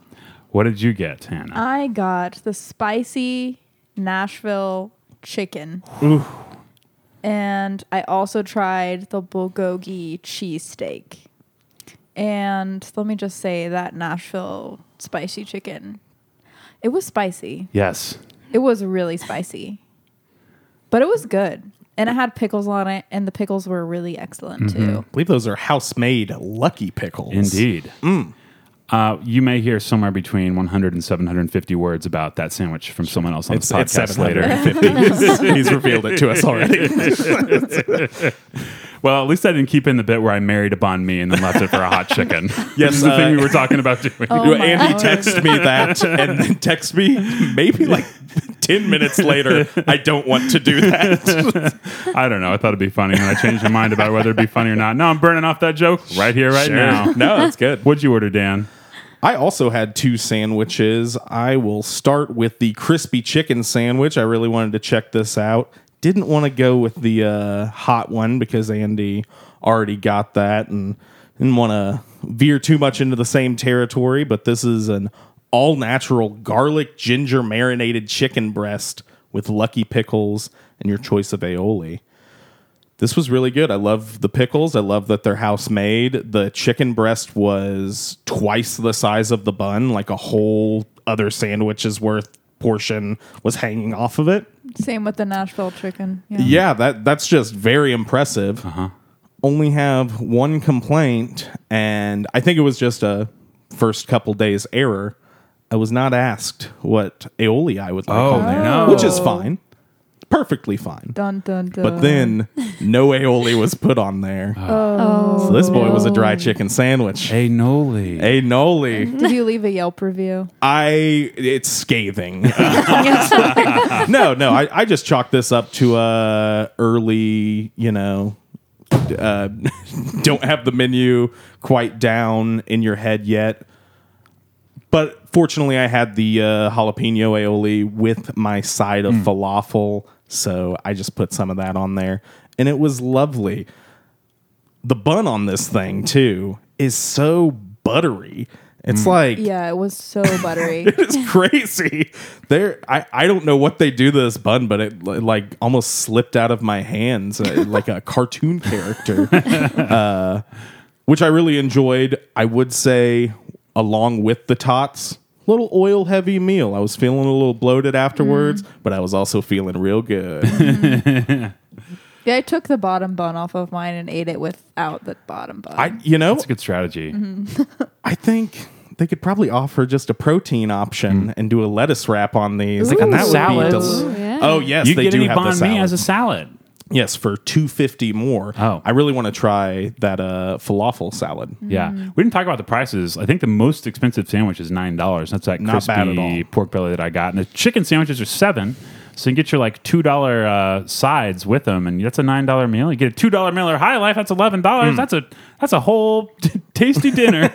Speaker 2: What did you get,
Speaker 3: Uh,
Speaker 2: Hannah?
Speaker 4: I got the spicy Nashville chicken. And I also tried the bulgogi cheesesteak. And let me just say that Nashville spicy chicken, it was spicy.
Speaker 2: yes.
Speaker 4: It was really spicy. But it was good. And it had pickles on it, and the pickles were really excellent too.
Speaker 3: I believe those are house made lucky pickles.
Speaker 2: Indeed.
Speaker 3: Mm.
Speaker 2: Uh, you may hear somewhere between 100 and 750 words about that sandwich from someone else on
Speaker 3: It's,
Speaker 2: this
Speaker 3: it's
Speaker 2: podcast later.
Speaker 3: (laughs)
Speaker 5: (laughs)
Speaker 3: 750. He's revealed it to us already.
Speaker 2: Well, at least I didn't keep in the bit where I married a bond me and then left it for a
Speaker 3: (laughs)
Speaker 2: hot chicken.
Speaker 3: Yes,
Speaker 2: this is the
Speaker 3: uh,
Speaker 2: thing we were talking about doing.
Speaker 4: Oh my
Speaker 3: Andy
Speaker 4: Lord.
Speaker 3: texted me
Speaker 4: (laughs)
Speaker 3: that and then text me maybe like 10 minutes later, I don't want to do that.
Speaker 2: I don't know. I thought it'd be funny, and I changed my mind about whether it'd be funny or not. Now I'm burning off that joke right here, right
Speaker 3: (laughs)
Speaker 2: now.
Speaker 3: No, that's good.
Speaker 2: What'd you order, Dan?
Speaker 3: I also had two sandwiches. I will start with the crispy chicken sandwich. I really wanted to check this out. Didn't want to go with the uh, hot one because Andy already got that and didn't want to veer too much into the same territory. But this is an all natural garlic ginger marinated chicken breast with lucky pickles and your choice of aioli this was really good. I love the pickles. I love that they're house made. The chicken breast was twice the size of the bun, like a whole other sandwich's worth portion was hanging off of it.
Speaker 4: Same with the Nashville chicken.
Speaker 3: Yeah, that that's just very impressive. Only have one complaint, and I think it was just a first couple days error. I was not asked what aioli I would like, on there,
Speaker 2: no.
Speaker 3: which is fine, perfectly fine.
Speaker 4: Dun dun dun.
Speaker 3: But then no aioli was put on there.
Speaker 5: Oh.
Speaker 3: So this boy was a dry chicken sandwich.
Speaker 2: Hey, Noli.
Speaker 3: Hey, Noli,
Speaker 4: did you leave a Yelp review?
Speaker 3: I it's scathing. (laughs) no, no, I, I just chalked this up to uh early, you know, uh, (laughs) don't have the menu quite down in your head yet. But fortunately, I had the uh, jalapeno aioli with my side of falafel, so I just put some of that on there, and it was lovely. The bun on this thing too is so buttery. It's like
Speaker 4: Yeah, it was so
Speaker 3: (laughs)
Speaker 4: buttery.
Speaker 3: it's crazy. There, I, I don't know what they do to this bun, but it li- like almost slipped out of my hands uh, like a cartoon
Speaker 2: (laughs)
Speaker 3: character, uh, which I really enjoyed. I would say, along with the tots, little oil heavy meal. I was feeling a little bloated afterwards,
Speaker 2: Mm.
Speaker 3: but I was also feeling real good.
Speaker 4: Yeah, I took the bottom bun off of mine and ate it without the bottom bun.
Speaker 3: I, you know,
Speaker 2: That's a good strategy.
Speaker 3: Mm-hmm. I think. They could probably offer just a protein option and do a lettuce wrap on these.
Speaker 2: Mm. Ooh.
Speaker 3: and that
Speaker 2: Salads.
Speaker 3: would be deli-
Speaker 5: Ooh, yeah.
Speaker 3: Oh yes,
Speaker 2: you
Speaker 3: they
Speaker 2: get
Speaker 3: do
Speaker 2: any
Speaker 3: have the
Speaker 2: banh mi
Speaker 3: salad.
Speaker 2: as a salad.
Speaker 3: Yes, for two fifty more.
Speaker 2: Oh.
Speaker 3: I really want to try that uh, falafel salad.
Speaker 2: Yeah, we didn't talk about the prices. I think the most expensive sandwich is nine dollars. That's that
Speaker 3: Not
Speaker 2: crispy
Speaker 3: bad at all.
Speaker 2: pork belly that I got, and the chicken sandwiches are seven. So you get your like two dollar uh, sides with them, and that's a nine dollar meal. You get a two dollar meal or high life. That's eleven dollars.
Speaker 3: Mm.
Speaker 2: That's a that's a whole
Speaker 3: (laughs)
Speaker 2: tasty dinner.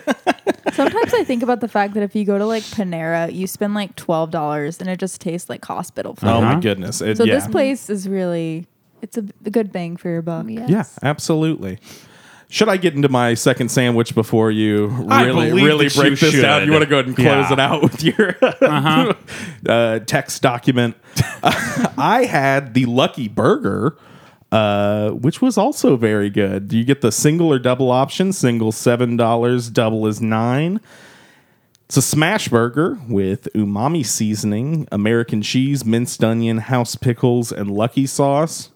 Speaker 4: Sometimes I think about the fact that if you go to (laughs) like Panera, you spend like twelve dollars and it just tastes like hospital food.
Speaker 3: Oh
Speaker 2: Uh-huh.
Speaker 3: my goodness! It-
Speaker 4: so
Speaker 3: yeah.
Speaker 4: this place is really it's a, a good bang for your buck.
Speaker 5: Yes.
Speaker 3: yeah, absolutely. Should I get into my second sandwich before you
Speaker 2: I
Speaker 3: really,
Speaker 2: believe
Speaker 3: really
Speaker 2: that you
Speaker 3: break this
Speaker 2: should.
Speaker 3: down? You want to go ahead and close
Speaker 2: Yeah. Uh-huh.
Speaker 3: it out with your (laughs) uh text document. (laughs) I had the Lucky Burger, uh, which was also very good. You get the single or double option. Single seven dollars, double is nine. It's a smash burger with umami seasoning, American cheese, minced onion, house pickles, and lucky sauce.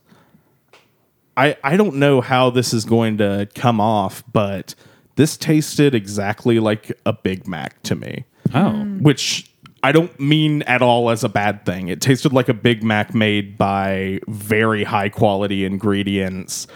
Speaker 3: I I don't know how this is going to come off, but this tasted exactly like a Big Mac to me
Speaker 2: Oh,
Speaker 3: which I don't mean at all as a bad thing. It tasted like a Big Mac made by very high quality ingredients,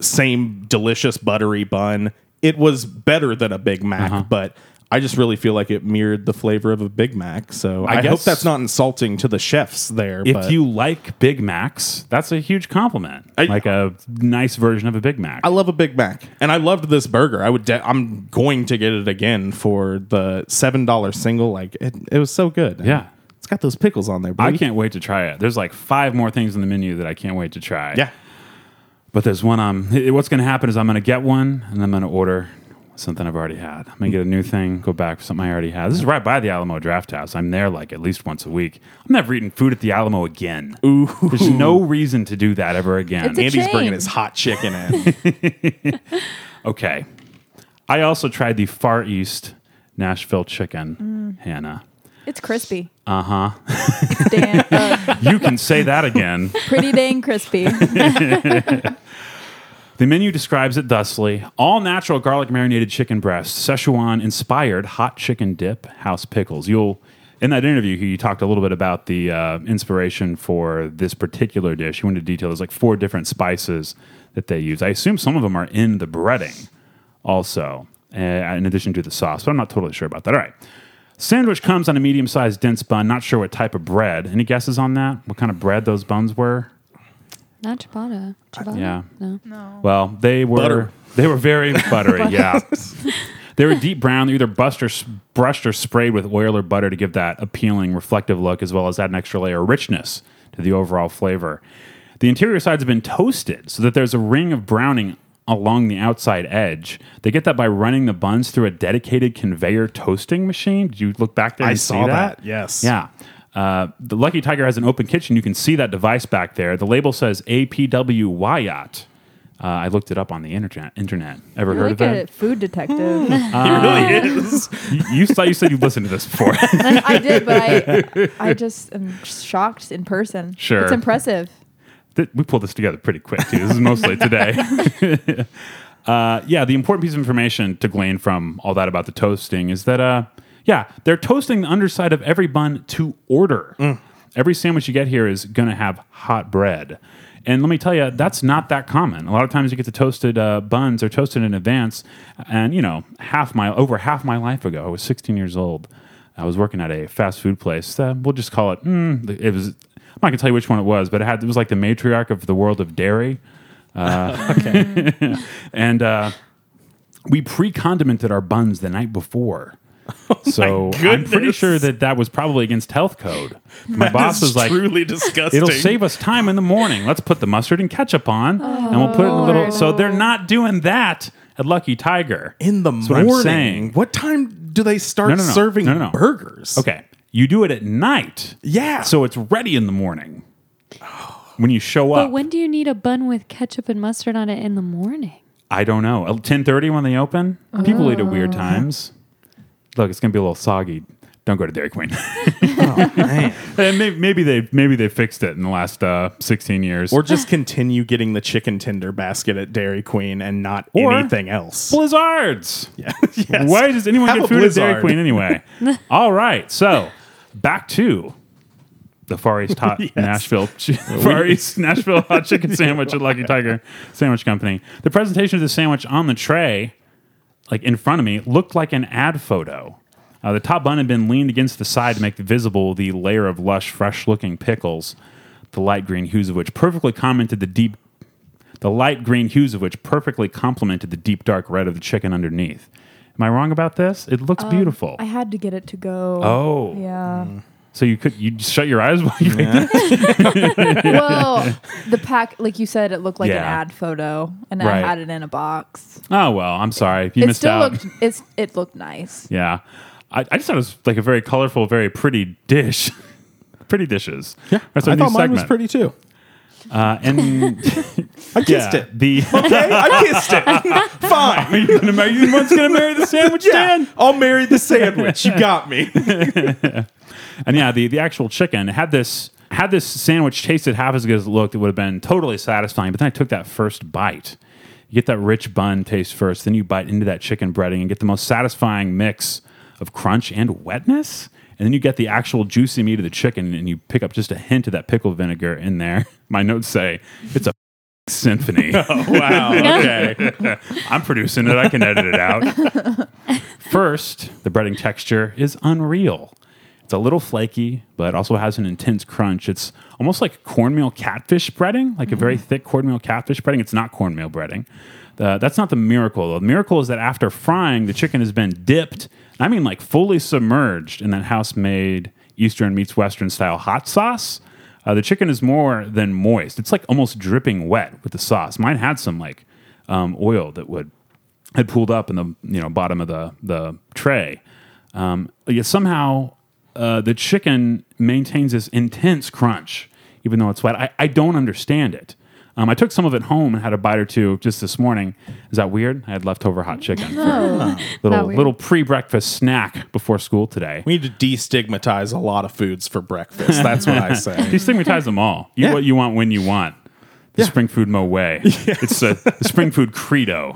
Speaker 3: same delicious buttery bun. It was better than a Big Mac,
Speaker 2: Uh-huh.
Speaker 3: but I just really feel like it mirrored the flavor of a Big Mac. So
Speaker 2: I
Speaker 3: I, hope
Speaker 2: guess-
Speaker 3: that's not insulting to the chefs there.
Speaker 2: if
Speaker 3: but
Speaker 2: you like Big Macs, that's a huge compliment.
Speaker 3: I-
Speaker 2: like a nice version of a Big Mac.
Speaker 3: I love a Big Mac, and I loved this burger. I would. De- I'm going to get it again for the seven dollar single. Like it, it was so good.
Speaker 2: Yeah.
Speaker 3: it's got those pickles on there.
Speaker 2: I
Speaker 3: baby.
Speaker 2: can't wait to try it. There's like five more things in the menu that I can't wait to try.
Speaker 3: Yeah,
Speaker 2: But there's one I'm what's going to happen is I'm going to get one and I'm going to order something I've already had. I'm going to get a new thing, go back for something I already had. This is right by the Alamo Draft House. I'm there like at least once a week. I'm never eating food at the Alamo again. Ooh. There's no reason to do that ever again.
Speaker 4: It's a
Speaker 3: Andy's bringing
Speaker 4: Shame.
Speaker 3: his hot chicken (laughs) in.
Speaker 2: okay. I also tried the Far East Nashville chicken, Hannah.
Speaker 4: It's crispy. Uh
Speaker 2: Uh-huh.
Speaker 4: huh.
Speaker 2: (laughs)
Speaker 4: Damn. uh,
Speaker 2: You can say that again.
Speaker 4: pretty dang crispy.
Speaker 2: The menu describes it thusly all natural garlic marinated chicken breast, Szechuan inspired hot chicken dip, house pickles. You'll in that interview, you talked a little bit about the uh, inspiration for this particular dish. You went into detail. There's like four different spices that they use. I assume some of them are in the breading also, uh, in addition to the sauce, but I'm not totally sure about that. All right. Sandwich comes on a medium sized dense bun. Not sure what type of bread. Any guesses on that? What kind of bread those buns were?
Speaker 5: Not ciabatta. Ciabatta?
Speaker 2: Yeah.
Speaker 5: No.
Speaker 2: Well, they were
Speaker 3: Butter.
Speaker 2: they were very buttery. yeah, they were deep brown. They're either bust or s- brushed or sprayed with oil or butter to give that appealing, reflective look, as well as add an extra layer of richness to the overall flavor. The interior sides have been toasted so that there's a ring of browning along the outside edge. They get that by running the buns through a dedicated conveyor toasting machine. Did you look back there?
Speaker 3: I
Speaker 2: and
Speaker 3: saw
Speaker 2: see that.
Speaker 3: that, yes.
Speaker 2: Yeah. Uh, the Lucky Tiger has an open kitchen. You can see that device back there. The label says APW Wyatt. Uh, I looked it up on the internet. Internet. Ever heard
Speaker 4: like
Speaker 2: of it? Uh,
Speaker 4: a food detective. (laughs)
Speaker 3: (laughs) It
Speaker 2: (laughs)
Speaker 3: really is.
Speaker 2: you, you thought you said you listened to this before. (laughs)
Speaker 4: I did, but I, I just am shocked in person.
Speaker 2: Sure.
Speaker 4: It's impressive.
Speaker 2: Th- we pulled this together pretty quick too. This is mostly today. (laughs) uh, yeah, the important piece of information to glean from all that about the toasting is that uh, yeah, they're toasting the underside of every bun to order. Every sandwich you get here is going to have hot bread. And let me tell you, that's not that common. A lot of times you get the toasted uh, buns are toasted in advance. And, you know, half my, over half my life ago, I was 16 years old. I was working at a fast food place. Uh, we'll just call it, mm, it was, I'm not going to tell you which one it was, but it had, it was like the matriarch of the world of dairy. Uh, okay. and, uh, we pre-condimented our buns the night before.
Speaker 3: (laughs)
Speaker 2: so I'm pretty
Speaker 3: Oh goodness.
Speaker 2: sure that that was probably against health code. My boss was like,
Speaker 3: truly disgusting.
Speaker 2: "It'll save us time in the morning. Let's put the mustard and ketchup on, and we'll put it in a little." So they're not doing that at Lucky Tiger
Speaker 3: in the
Speaker 2: That's
Speaker 3: morning.
Speaker 2: What I'm saying.
Speaker 3: What time do they start
Speaker 2: No, no, no.
Speaker 3: serving
Speaker 2: No, no, no.
Speaker 3: burgers?
Speaker 2: Okay, you do it at night,
Speaker 3: Yeah.
Speaker 2: so it's ready in the morning when you show
Speaker 5: But
Speaker 2: up.
Speaker 5: when do you need a bun with ketchup and mustard on it in the morning?
Speaker 2: I don't know. Ten thirty when they open, people eat at weird times. Look, it's gonna be a little soggy. Don't go to Dairy Queen. And maybe, maybe (laughs) they maybe they fixed it in the last uh, sixteen years.
Speaker 3: or (sighs) just continue getting the chicken tender basket at Dairy Queen and not
Speaker 2: Or-
Speaker 3: anything else.
Speaker 2: (laughs) (laughs) blizzards.
Speaker 3: Yeah. Yes.
Speaker 2: Why does anyone
Speaker 3: Have
Speaker 2: get
Speaker 3: a
Speaker 2: food at Dairy
Speaker 3: blizzard.
Speaker 2: Queen anyway? All right, so back to the Far
Speaker 3: (laughs)
Speaker 2: East Hot Nashville (laughs) Far East Nashville Hot Chicken Sandwich at
Speaker 3: (laughs)
Speaker 2: Lucky Tiger Sandwich Company. The presentation of the sandwich on the tray, like in front of me, looked like an ad photo. Uh, the top bun had been leaned against the side to make visible the layer of lush, fresh-looking pickles, the light green hues of which perfectly commented the deep the light green hues of which perfectly complemented the deep dark red of the chicken underneath. Am I wrong about this? It looks beautiful.
Speaker 4: Um, I had to get it to go.
Speaker 2: oh,
Speaker 4: Yeah.
Speaker 2: so you could you just shut your eyes (laughs) while you ate this?
Speaker 4: well, the pack, like you said, it looked like an
Speaker 2: Yeah.
Speaker 4: ad photo, and I
Speaker 2: Right.
Speaker 4: had it in a box.
Speaker 2: Oh well, I'm sorry you
Speaker 4: it
Speaker 2: missed
Speaker 4: still
Speaker 2: out.
Speaker 4: looked. It's it looked nice.
Speaker 2: yeah, I, I just thought it was like a very colorful, very pretty dish. (laughs) pretty dishes.
Speaker 3: Yeah.
Speaker 2: That's
Speaker 3: I
Speaker 2: our new
Speaker 3: thought mine was
Speaker 2: segment.
Speaker 3: pretty too.
Speaker 2: Uh, and
Speaker 3: I kissed
Speaker 2: yeah,
Speaker 3: it.
Speaker 2: the
Speaker 3: Okay, I kissed it. Fine.
Speaker 2: are you gonna marry you the one's gonna marry the sandwich stand?
Speaker 3: I'll marry the sandwich. You got me.
Speaker 2: And yeah, the, the actual chicken had this had this sandwich tasted half as good as it looked, it would have been totally satisfying. But then I took that first bite. You get that rich bun taste first, then you bite into that chicken breading and get the most satisfying mix of crunch and wetness. And then you get the actual juicy meat of the chicken and you pick up just a hint of that pickle vinegar in there. (laughs) My notes say it's a (laughs)
Speaker 3: (laughs)
Speaker 2: symphony.
Speaker 3: Oh,
Speaker 2: (laughs)
Speaker 3: wow. Okay.
Speaker 2: I'm producing it. I can edit it out. First, the breading texture is unreal. It's a little flaky, but also has an intense crunch. It's almost like cornmeal catfish breading, like a very thick cornmeal catfish breading. It's not cornmeal breading. The- that's not the miracle. The miracle is that after frying, the chicken has been dipped, I mean like fully submerged in that house made Eastern meets Western style hot sauce. Uh, the chicken is more than moist. It's like almost dripping wet with the sauce. Mine had some like um, oil that would had pooled up in the you know bottom of the the tray. Um, yet somehow uh, the chicken maintains this intense crunch, even though it's wet. I, I don't understand it. Um, I took some of it home and had a bite or two just this morning. Is that weird? I had leftover hot chicken, for a little
Speaker 5: Not weird.
Speaker 2: little pre breakfast snack before school today.
Speaker 3: (laughs) We need to destigmatize a lot of foods for breakfast. That's what I say.
Speaker 2: Destigmatize them all. Eat
Speaker 3: Yeah.
Speaker 2: what you want when you want. The spring food
Speaker 3: (laughs)
Speaker 2: mo way. It's a, the spring food credo.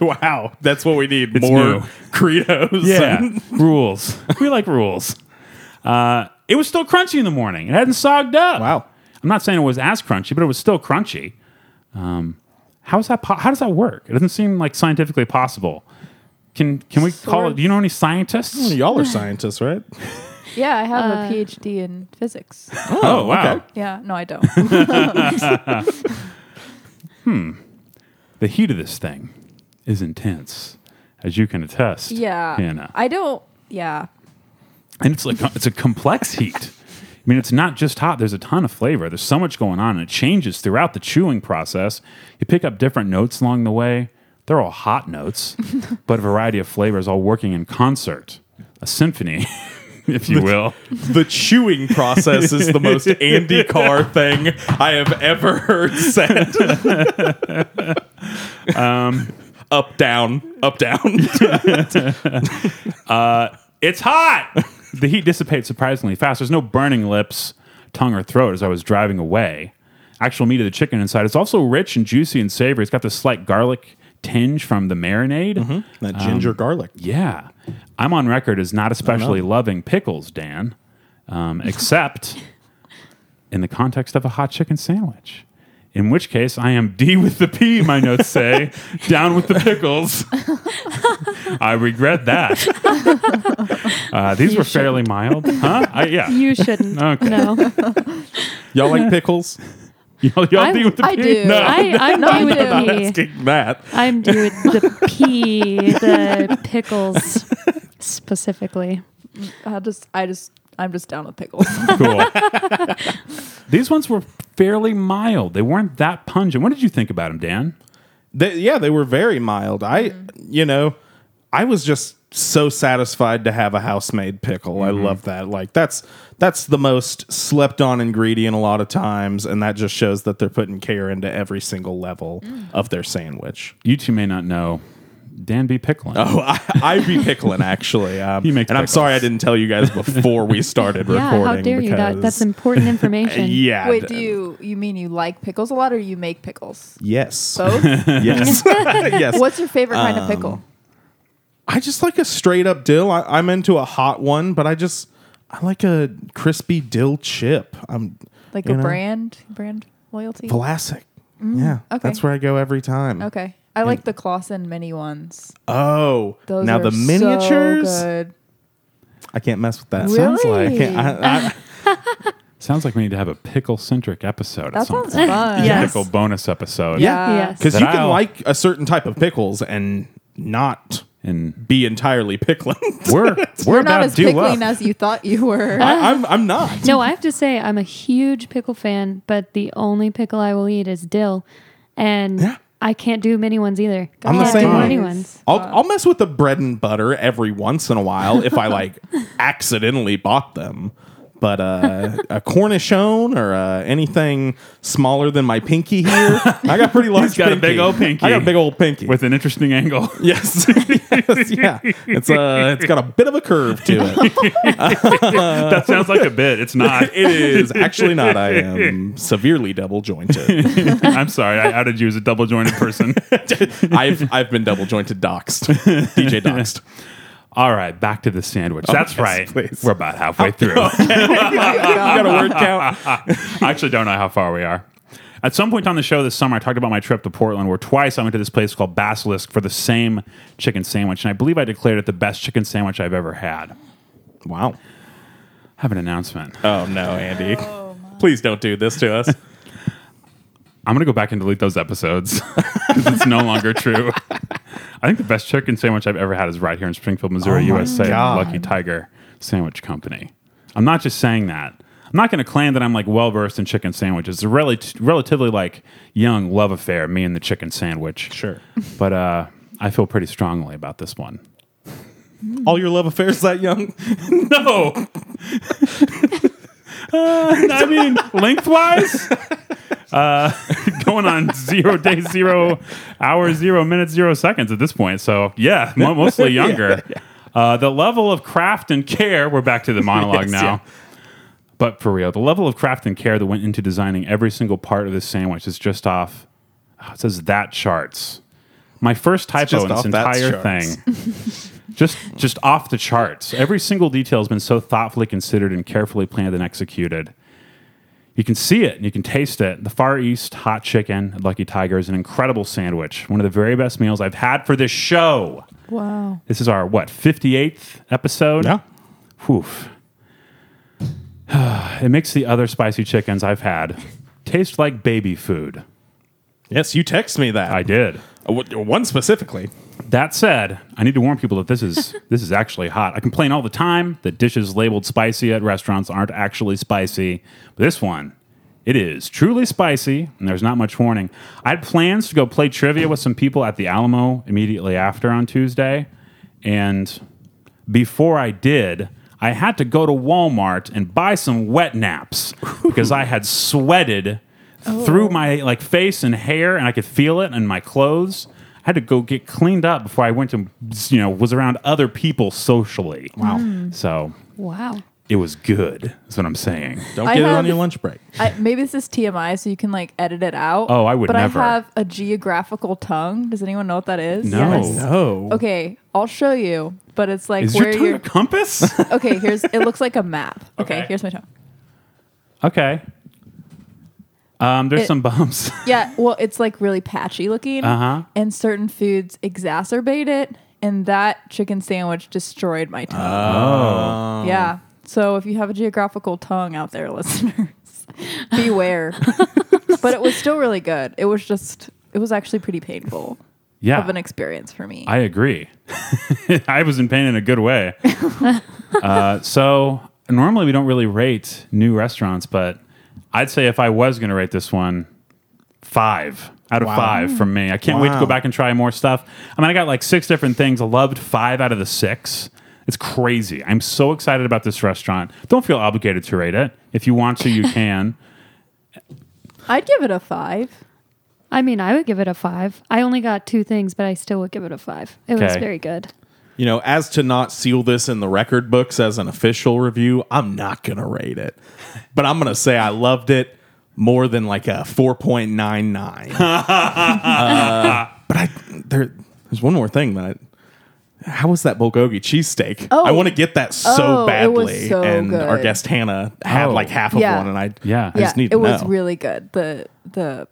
Speaker 3: wow. (laughs) That's what we need.
Speaker 2: It's
Speaker 3: More
Speaker 2: new.
Speaker 3: Credos. (laughs)
Speaker 2: Yeah, rules. (laughs) We like rules. Uh, it was still crunchy in the morning. It hadn't sogged up.
Speaker 3: Wow.
Speaker 2: I'm not saying it was as crunchy, but it was still crunchy. Um, how is that? Po- how does that work? It doesn't seem like scientifically possible. Can can we call it? Do you know any scientists?
Speaker 3: Y'all are scientists, right?
Speaker 4: Yeah, I have a PhD in physics.
Speaker 2: Oh, wow.
Speaker 3: okay.
Speaker 4: Uh, Yeah, no, I don't.
Speaker 2: The heat of this thing is intense, as you can attest.
Speaker 4: Yeah,
Speaker 2: Hannah.
Speaker 4: I don't. Yeah,
Speaker 2: and it's like it's a complex heat. I mean, it's not just hot. There's a ton of flavor. There's so much going on, and it changes throughout the chewing process. You pick up different notes along the way. They're all hot notes, but a variety of flavors all working in concert, a symphony, (laughs) if you will.
Speaker 3: The chewing process is the (laughs) most Andy Carr thing I have ever heard (laughs) said. um, up, down, up, down.
Speaker 2: It's hot. the heat dissipates surprisingly fast. There's no burning lips, tongue, or throat as I was driving away. Actual meat of the chicken inside. It's also rich and juicy and savory. It's got this slight garlic tinge from the marinade.
Speaker 3: that ginger garlic.
Speaker 2: Yeah. I'm on record as not especially loving pickles, Dan, um, except in the context of a hot chicken sandwich. In which case, I am D with the P, my notes say, down with the pickles. I regret that. Uh, these were fairly mild. Huh? I, yeah.
Speaker 5: You shouldn't.
Speaker 2: Okay.
Speaker 5: (laughs)
Speaker 2: (laughs)
Speaker 5: No,
Speaker 3: Y'all like pickles?
Speaker 2: Y'all, y'all
Speaker 5: I-
Speaker 2: D with the
Speaker 4: I
Speaker 2: P?
Speaker 4: do.
Speaker 2: (laughs) No.
Speaker 5: I, I'm
Speaker 4: No, I
Speaker 5: due with
Speaker 4: do.
Speaker 5: the pea.
Speaker 3: Asking that.
Speaker 5: I'm due with the pea, (laughs) the pickles specifically.
Speaker 4: I just, I just, I'm just down with pickles.
Speaker 2: cool. These ones were fairly mild. They weren't that pungent. What did you think about them, Dan?
Speaker 3: They, yeah, they were very mild. I,
Speaker 5: Mm-hmm.
Speaker 3: you know, I was just so satisfied to have a house-made pickle. I
Speaker 5: Mm-hmm.
Speaker 3: love that. Like that's that's the most slept on ingredient a lot of times and that just shows that they're putting care into every single level
Speaker 5: Mm.
Speaker 3: of their sandwich.
Speaker 2: You two may not know. Dan
Speaker 3: (laughs)
Speaker 2: B. Picklin.
Speaker 3: Oh, I, I be pickling
Speaker 5: (laughs)
Speaker 3: actually. Um,
Speaker 2: He makes
Speaker 3: and I'm
Speaker 2: pickles.
Speaker 3: sorry I didn't tell you guys before we started
Speaker 5: Yeah,
Speaker 3: recording
Speaker 5: how dare you? That, that's
Speaker 3: because- (laughs) uh,
Speaker 5: important information.
Speaker 3: Yeah.
Speaker 4: Wait,
Speaker 3: d-
Speaker 4: do you you mean you like pickles a lot, or you make pickles?
Speaker 3: Yes.
Speaker 4: Both.
Speaker 3: (laughs)
Speaker 4: (laughs)
Speaker 3: Yes. yes.
Speaker 4: What's your favorite kind of pickle?
Speaker 3: I just like a straight up dill. I, I'm into a hot one, but I just I like a crispy dill chip. I'm
Speaker 4: Like
Speaker 3: you
Speaker 4: a
Speaker 3: know,
Speaker 4: brand, brand loyalty.
Speaker 3: Vlasic. yeah,
Speaker 4: okay.
Speaker 3: that's where I go every time.
Speaker 4: okay, I like the Clausen mini ones.
Speaker 3: Oh,
Speaker 4: Those
Speaker 3: now
Speaker 4: are
Speaker 3: the
Speaker 4: so
Speaker 3: miniatures.
Speaker 4: good.
Speaker 3: I can't mess with that.
Speaker 4: Sounds like-
Speaker 3: I can't-
Speaker 4: (laughs)
Speaker 3: I- I-
Speaker 2: Sounds like we need to have a pickle centric episode.
Speaker 4: That
Speaker 2: at some
Speaker 4: sounds
Speaker 2: point. (laughs)
Speaker 4: fun.
Speaker 5: Yeah.
Speaker 2: Pickle bonus episode.
Speaker 3: yeah,
Speaker 5: Yes.
Speaker 3: because
Speaker 2: That
Speaker 3: you can
Speaker 2: I'll-
Speaker 3: like a certain type of pickles and not
Speaker 2: And
Speaker 3: be entirely pickling.
Speaker 2: (laughs)
Speaker 3: (laughs)
Speaker 2: we're we're
Speaker 4: You're not
Speaker 2: about
Speaker 4: as
Speaker 2: due
Speaker 4: pickling
Speaker 2: up.
Speaker 4: as you thought you were.
Speaker 3: I, I'm I'm not.
Speaker 5: No, I have to say I'm a huge pickle fan, but the only pickle I will eat is dill, and
Speaker 3: Yeah.
Speaker 5: I can't do mini ones either.
Speaker 3: I'm the
Speaker 5: Can't
Speaker 3: same
Speaker 5: do
Speaker 3: way.
Speaker 5: mini ones.
Speaker 3: I'll,
Speaker 2: Uh,
Speaker 3: I'll mess with
Speaker 2: (laughs)
Speaker 3: the bread and butter every once in a while if I like accidentally bought them. But uh, a cornichon or uh, anything smaller than my pinky here, I got pretty large.
Speaker 2: (laughs) He's got a big old pinky.
Speaker 3: I got a big old pinky
Speaker 2: with an interesting angle.
Speaker 3: (laughs) Yes. yes. Yeah. It's uh it's got a bit of a curve to
Speaker 2: (laughs)
Speaker 3: it.
Speaker 2: (laughs) that sounds like a bit. It's (laughs) not.
Speaker 3: It is actually not. I am severely double jointed.
Speaker 2: I'm sorry. I outed you as a double jointed (laughs) person.
Speaker 3: I've I've been double jointed doxed.
Speaker 2: (laughs)
Speaker 3: DJ doxed.
Speaker 2: All right, back to the sandwich. That's
Speaker 3: yes,
Speaker 2: right.
Speaker 3: please.
Speaker 2: We're about halfway through.
Speaker 3: Got a word count.
Speaker 2: (laughs) I actually don't know how far we are. At some point on the show this summer, I talked about my trip to Portland, where twice I went to this place called Basilisk for the same chicken sandwich, and I believe I declared it the best chicken sandwich I've ever had. I
Speaker 3: Wow.
Speaker 2: have an announcement.
Speaker 3: Oh no, Andy.
Speaker 4: Oh,
Speaker 3: (laughs) Please don't do this to us.
Speaker 2: I'm going to go back and delete those episodes (laughs) because it's no
Speaker 3: (laughs)
Speaker 2: longer true. I think the best chicken sandwich I've ever had is right here in Springfield, Missouri,
Speaker 3: Oh my
Speaker 2: USA,
Speaker 3: God.
Speaker 2: Lucky Tiger Sandwich Company. I'm not just saying that. I'm not going to claim that I'm like well versed in chicken sandwiches. It's a rel- relatively like young love affair, me and the chicken sandwich.
Speaker 3: (laughs) Sure.
Speaker 2: But uh, I feel pretty strongly about this one.
Speaker 3: All your love affairs that young?
Speaker 2: (laughs) No. Uh, I mean, lengthwise, uh, (laughs) going on zero day, zero hour, zero minutes, zero seconds at this point. So, yeah,
Speaker 3: (laughs)
Speaker 2: mo- mostly younger. Uh, the level of craft and care, we're back to the
Speaker 3: (laughs)
Speaker 2: monologue
Speaker 3: Yes,
Speaker 2: now.
Speaker 3: yeah.
Speaker 2: But for real, the level of craft and care that went into designing every single part of this sandwich is just off. oh, It says that charts. My first typo
Speaker 3: just
Speaker 2: in this
Speaker 3: off that
Speaker 2: entire
Speaker 3: charts.
Speaker 2: thing
Speaker 3: (laughs)
Speaker 2: just just off the charts. Every single detail has been so thoughtfully considered and carefully planned and executed. You can see it and you can taste it. The Far East hot chicken at Lucky Tiger is an incredible sandwich. One of the very best meals I've had for this show.
Speaker 4: Wow.
Speaker 2: This is our what 58th episode.
Speaker 3: Yeah.
Speaker 2: Woof. (sighs) it makes the other spicy chickens I've had taste like baby food.
Speaker 3: Yes, you text me that.
Speaker 2: I did.
Speaker 3: Uh, wh- One specifically.
Speaker 2: That said, I need to warn people that this is this is actually hot. I complain all the time that dishes labeled spicy at restaurants aren't actually spicy. But this one, it is truly spicy, and there's not much warning. I had plans to go play trivia with some people at the Alamo immediately after on Tuesday, and before I did, I had to go to Walmart and buy some wet naps because I had sweated through my like face and hair, and I could feel it in my clothes. I had to go get cleaned up before I went to you know was around other people socially. Wow. So
Speaker 5: Wow.
Speaker 2: it was good. Is what I'm saying.
Speaker 3: Don't
Speaker 4: I
Speaker 3: get it
Speaker 4: have-
Speaker 3: on your lunch break.
Speaker 4: I, maybe this is TMI, so you can like edit it out.
Speaker 2: Oh, I would
Speaker 4: But
Speaker 2: never.
Speaker 4: I have a geographical tongue. Does anyone know what that is?
Speaker 2: No.
Speaker 3: No.
Speaker 4: Okay, I'll show you. But it's like
Speaker 2: Is
Speaker 4: where
Speaker 2: your tongue
Speaker 4: you're.
Speaker 2: a
Speaker 4: (laughs)
Speaker 2: compass?
Speaker 4: Okay, here's. It looks like a map.
Speaker 2: (laughs)
Speaker 4: Okay,
Speaker 2: Okay.
Speaker 4: here's my tongue.
Speaker 2: okay. Um, there's
Speaker 4: It-
Speaker 2: some bumps. (laughs)
Speaker 4: Yeah, well, it's like really patchy looking,
Speaker 2: Uh-huh.
Speaker 4: and certain foods exacerbate it. And that chicken sandwich destroyed my tongue. Yeah. So if you have a geographical tongue out there, (laughs) listeners,
Speaker 3: (laughs)
Speaker 4: beware. but it was still really good. It was just, it was actually pretty painful
Speaker 2: yeah.
Speaker 4: of an experience for me.
Speaker 2: I agree. (laughs) I was in pain in a good
Speaker 4: (laughs)
Speaker 2: way. uh, so normally we don't really rate new restaurants, but I'd say if I was going to rate this one, five out of
Speaker 3: Wow.
Speaker 2: five from me. I can't wait to
Speaker 3: Wow.
Speaker 2: go back and try more stuff. I mean, I got like six different things. I loved five out of the six. It's crazy. I'm so excited about this restaurant. Don't feel obligated to rate it. If you want
Speaker 4: (laughs)
Speaker 2: to, you can.
Speaker 4: I'd give it a five.
Speaker 5: I mean, I would give it a five. I only got two things, but I still would give it a five. It was
Speaker 2: Okay.
Speaker 5: very good.
Speaker 3: You know, as to not seal this in the record books as an official review, I'm not going to rate it. But I'm going to say I loved it more than like a 4.99. uh, but I there, there's one more thing that I, how was that bulgogi cheesesteak?
Speaker 4: Oh.
Speaker 3: I want to get that so
Speaker 4: Oh, it
Speaker 3: badly.
Speaker 4: was so
Speaker 3: and our
Speaker 4: good.
Speaker 3: guest Hannah had
Speaker 2: Oh.
Speaker 3: like half of
Speaker 4: Yeah.
Speaker 3: one and I
Speaker 2: Yeah.
Speaker 3: I just need
Speaker 4: it
Speaker 3: to
Speaker 4: was
Speaker 3: know.
Speaker 4: really good. The, the,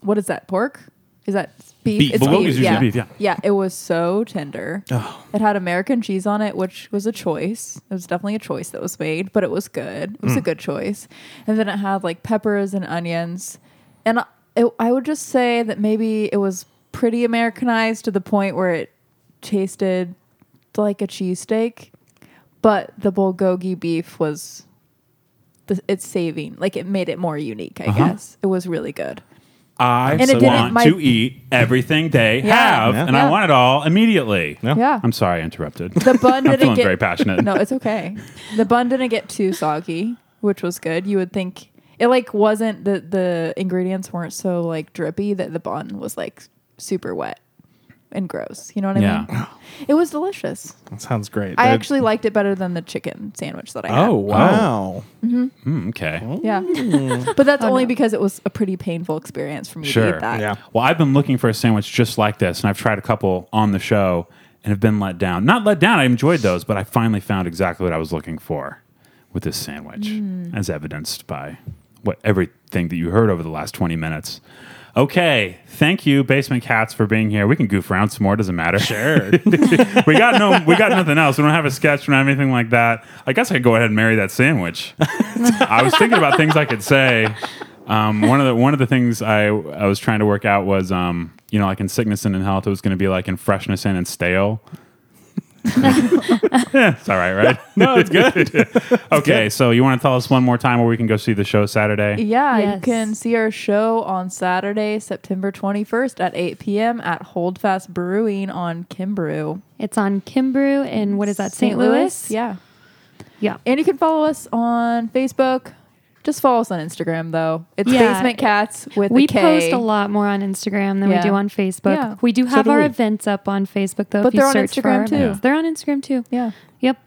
Speaker 4: what is that? Pork? Is that beef?
Speaker 3: Beef.
Speaker 4: It's
Speaker 3: Bulgogi's
Speaker 2: usually
Speaker 4: yeah.
Speaker 2: beef, yeah. Oh.
Speaker 4: it was so tender. It had American cheese on it, which was a choice. It was definitely a choice that was made, but it was good. It was
Speaker 2: Mm.
Speaker 4: a good choice. And then it had like peppers and onions. And I- it, I would just say that maybe it was pretty Americanized to the point where it tasted like a cheesesteak, but the bulgogi beef was
Speaker 2: Uh-huh.
Speaker 4: the, it's saving. Like it made it more unique, I guess. It was really good.
Speaker 2: I
Speaker 4: And it didn't-
Speaker 2: want
Speaker 4: my-
Speaker 2: to eat everything they
Speaker 4: Yeah.
Speaker 2: have,
Speaker 3: Yeah.
Speaker 2: and I
Speaker 4: Yeah.
Speaker 2: want it all immediately.
Speaker 4: Yeah.
Speaker 2: I'm sorry, I interrupted.
Speaker 4: Oh. The bun
Speaker 2: (laughs) I'm
Speaker 4: didn't
Speaker 2: feeling
Speaker 4: get
Speaker 2: very passionate.
Speaker 4: No, it's okay. The bun didn't get too soggy, which was good. You would think it like wasn't the the ingredients weren't so like drippy that the bun was like super wet and gross. You know what I
Speaker 2: Yeah.
Speaker 4: mean? It was delicious.
Speaker 3: That sounds great.
Speaker 4: I
Speaker 3: That-
Speaker 4: actually liked it better than the chicken sandwich that I had.
Speaker 3: Oh wow!
Speaker 2: Mm, okay.
Speaker 4: yeah. but that's only because it was a pretty painful experience for me to
Speaker 2: Sure.
Speaker 4: eat that.
Speaker 3: Yeah.
Speaker 2: Well, I've been looking for a sandwich just like this, and I've tried a couple on the show and have been let down. Not let down, I enjoyed those, but I finally found exactly what I was looking for with this sandwich,
Speaker 4: Mm.
Speaker 2: as evidenced by what everything that you heard over the last 20 minutes. Okay, thank you, Basement Cats, for being here. We can goof around some more; doesn't matter. Sure, (laughs) we got no, we got nothing else. We don't have a sketch, we don't have anything like that. I guess I could go ahead and marry that
Speaker 4: (laughs)
Speaker 2: sandwich. I was thinking about things I could say. Um, one of the one of the things I I was trying to work out was um, you know like in sickness and in health it was going to be like in freshness and in stale. (laughs) yeah, it's all right, right? no, it's good. (laughs) okay, so you want to tell us one more time where we can go see the show Saturday?
Speaker 4: Yeah, you
Speaker 5: Yes.
Speaker 4: can see our show on Saturday, September 21st at 8 p.m. at Holdfast Brewing on Kimbrew.
Speaker 5: It's on Kimbrew in what is that, St. Louis?
Speaker 4: Yeah.
Speaker 5: Yeah.
Speaker 4: And you can follow us on Facebook. Just follow us on Instagram, though. It's
Speaker 5: Yeah.
Speaker 4: Basement Cats with
Speaker 5: We
Speaker 4: a K.
Speaker 5: post a lot more on Instagram than
Speaker 4: Yeah.
Speaker 5: we do on Facebook.
Speaker 4: Yeah.
Speaker 5: We do have
Speaker 2: do
Speaker 5: our
Speaker 2: we.
Speaker 5: events up on Facebook though.
Speaker 4: But
Speaker 5: if you
Speaker 4: they're on
Speaker 5: search for
Speaker 4: Instagram,
Speaker 5: our
Speaker 4: too.
Speaker 5: events.
Speaker 4: Yeah.
Speaker 5: They're on Instagram too.
Speaker 4: Yeah.
Speaker 5: Yep.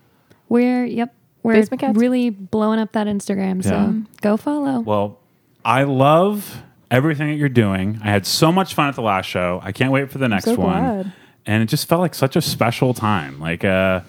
Speaker 5: We're yep. We're
Speaker 4: Basement Cats.
Speaker 5: really blowing up that Instagram. So
Speaker 2: Yeah.
Speaker 5: go follow.
Speaker 2: Well, I love everything that you're doing. I had so much fun at the last show. I can't wait for the next
Speaker 4: so
Speaker 2: one.
Speaker 4: glad.
Speaker 2: And it just felt like such a special time. Like uh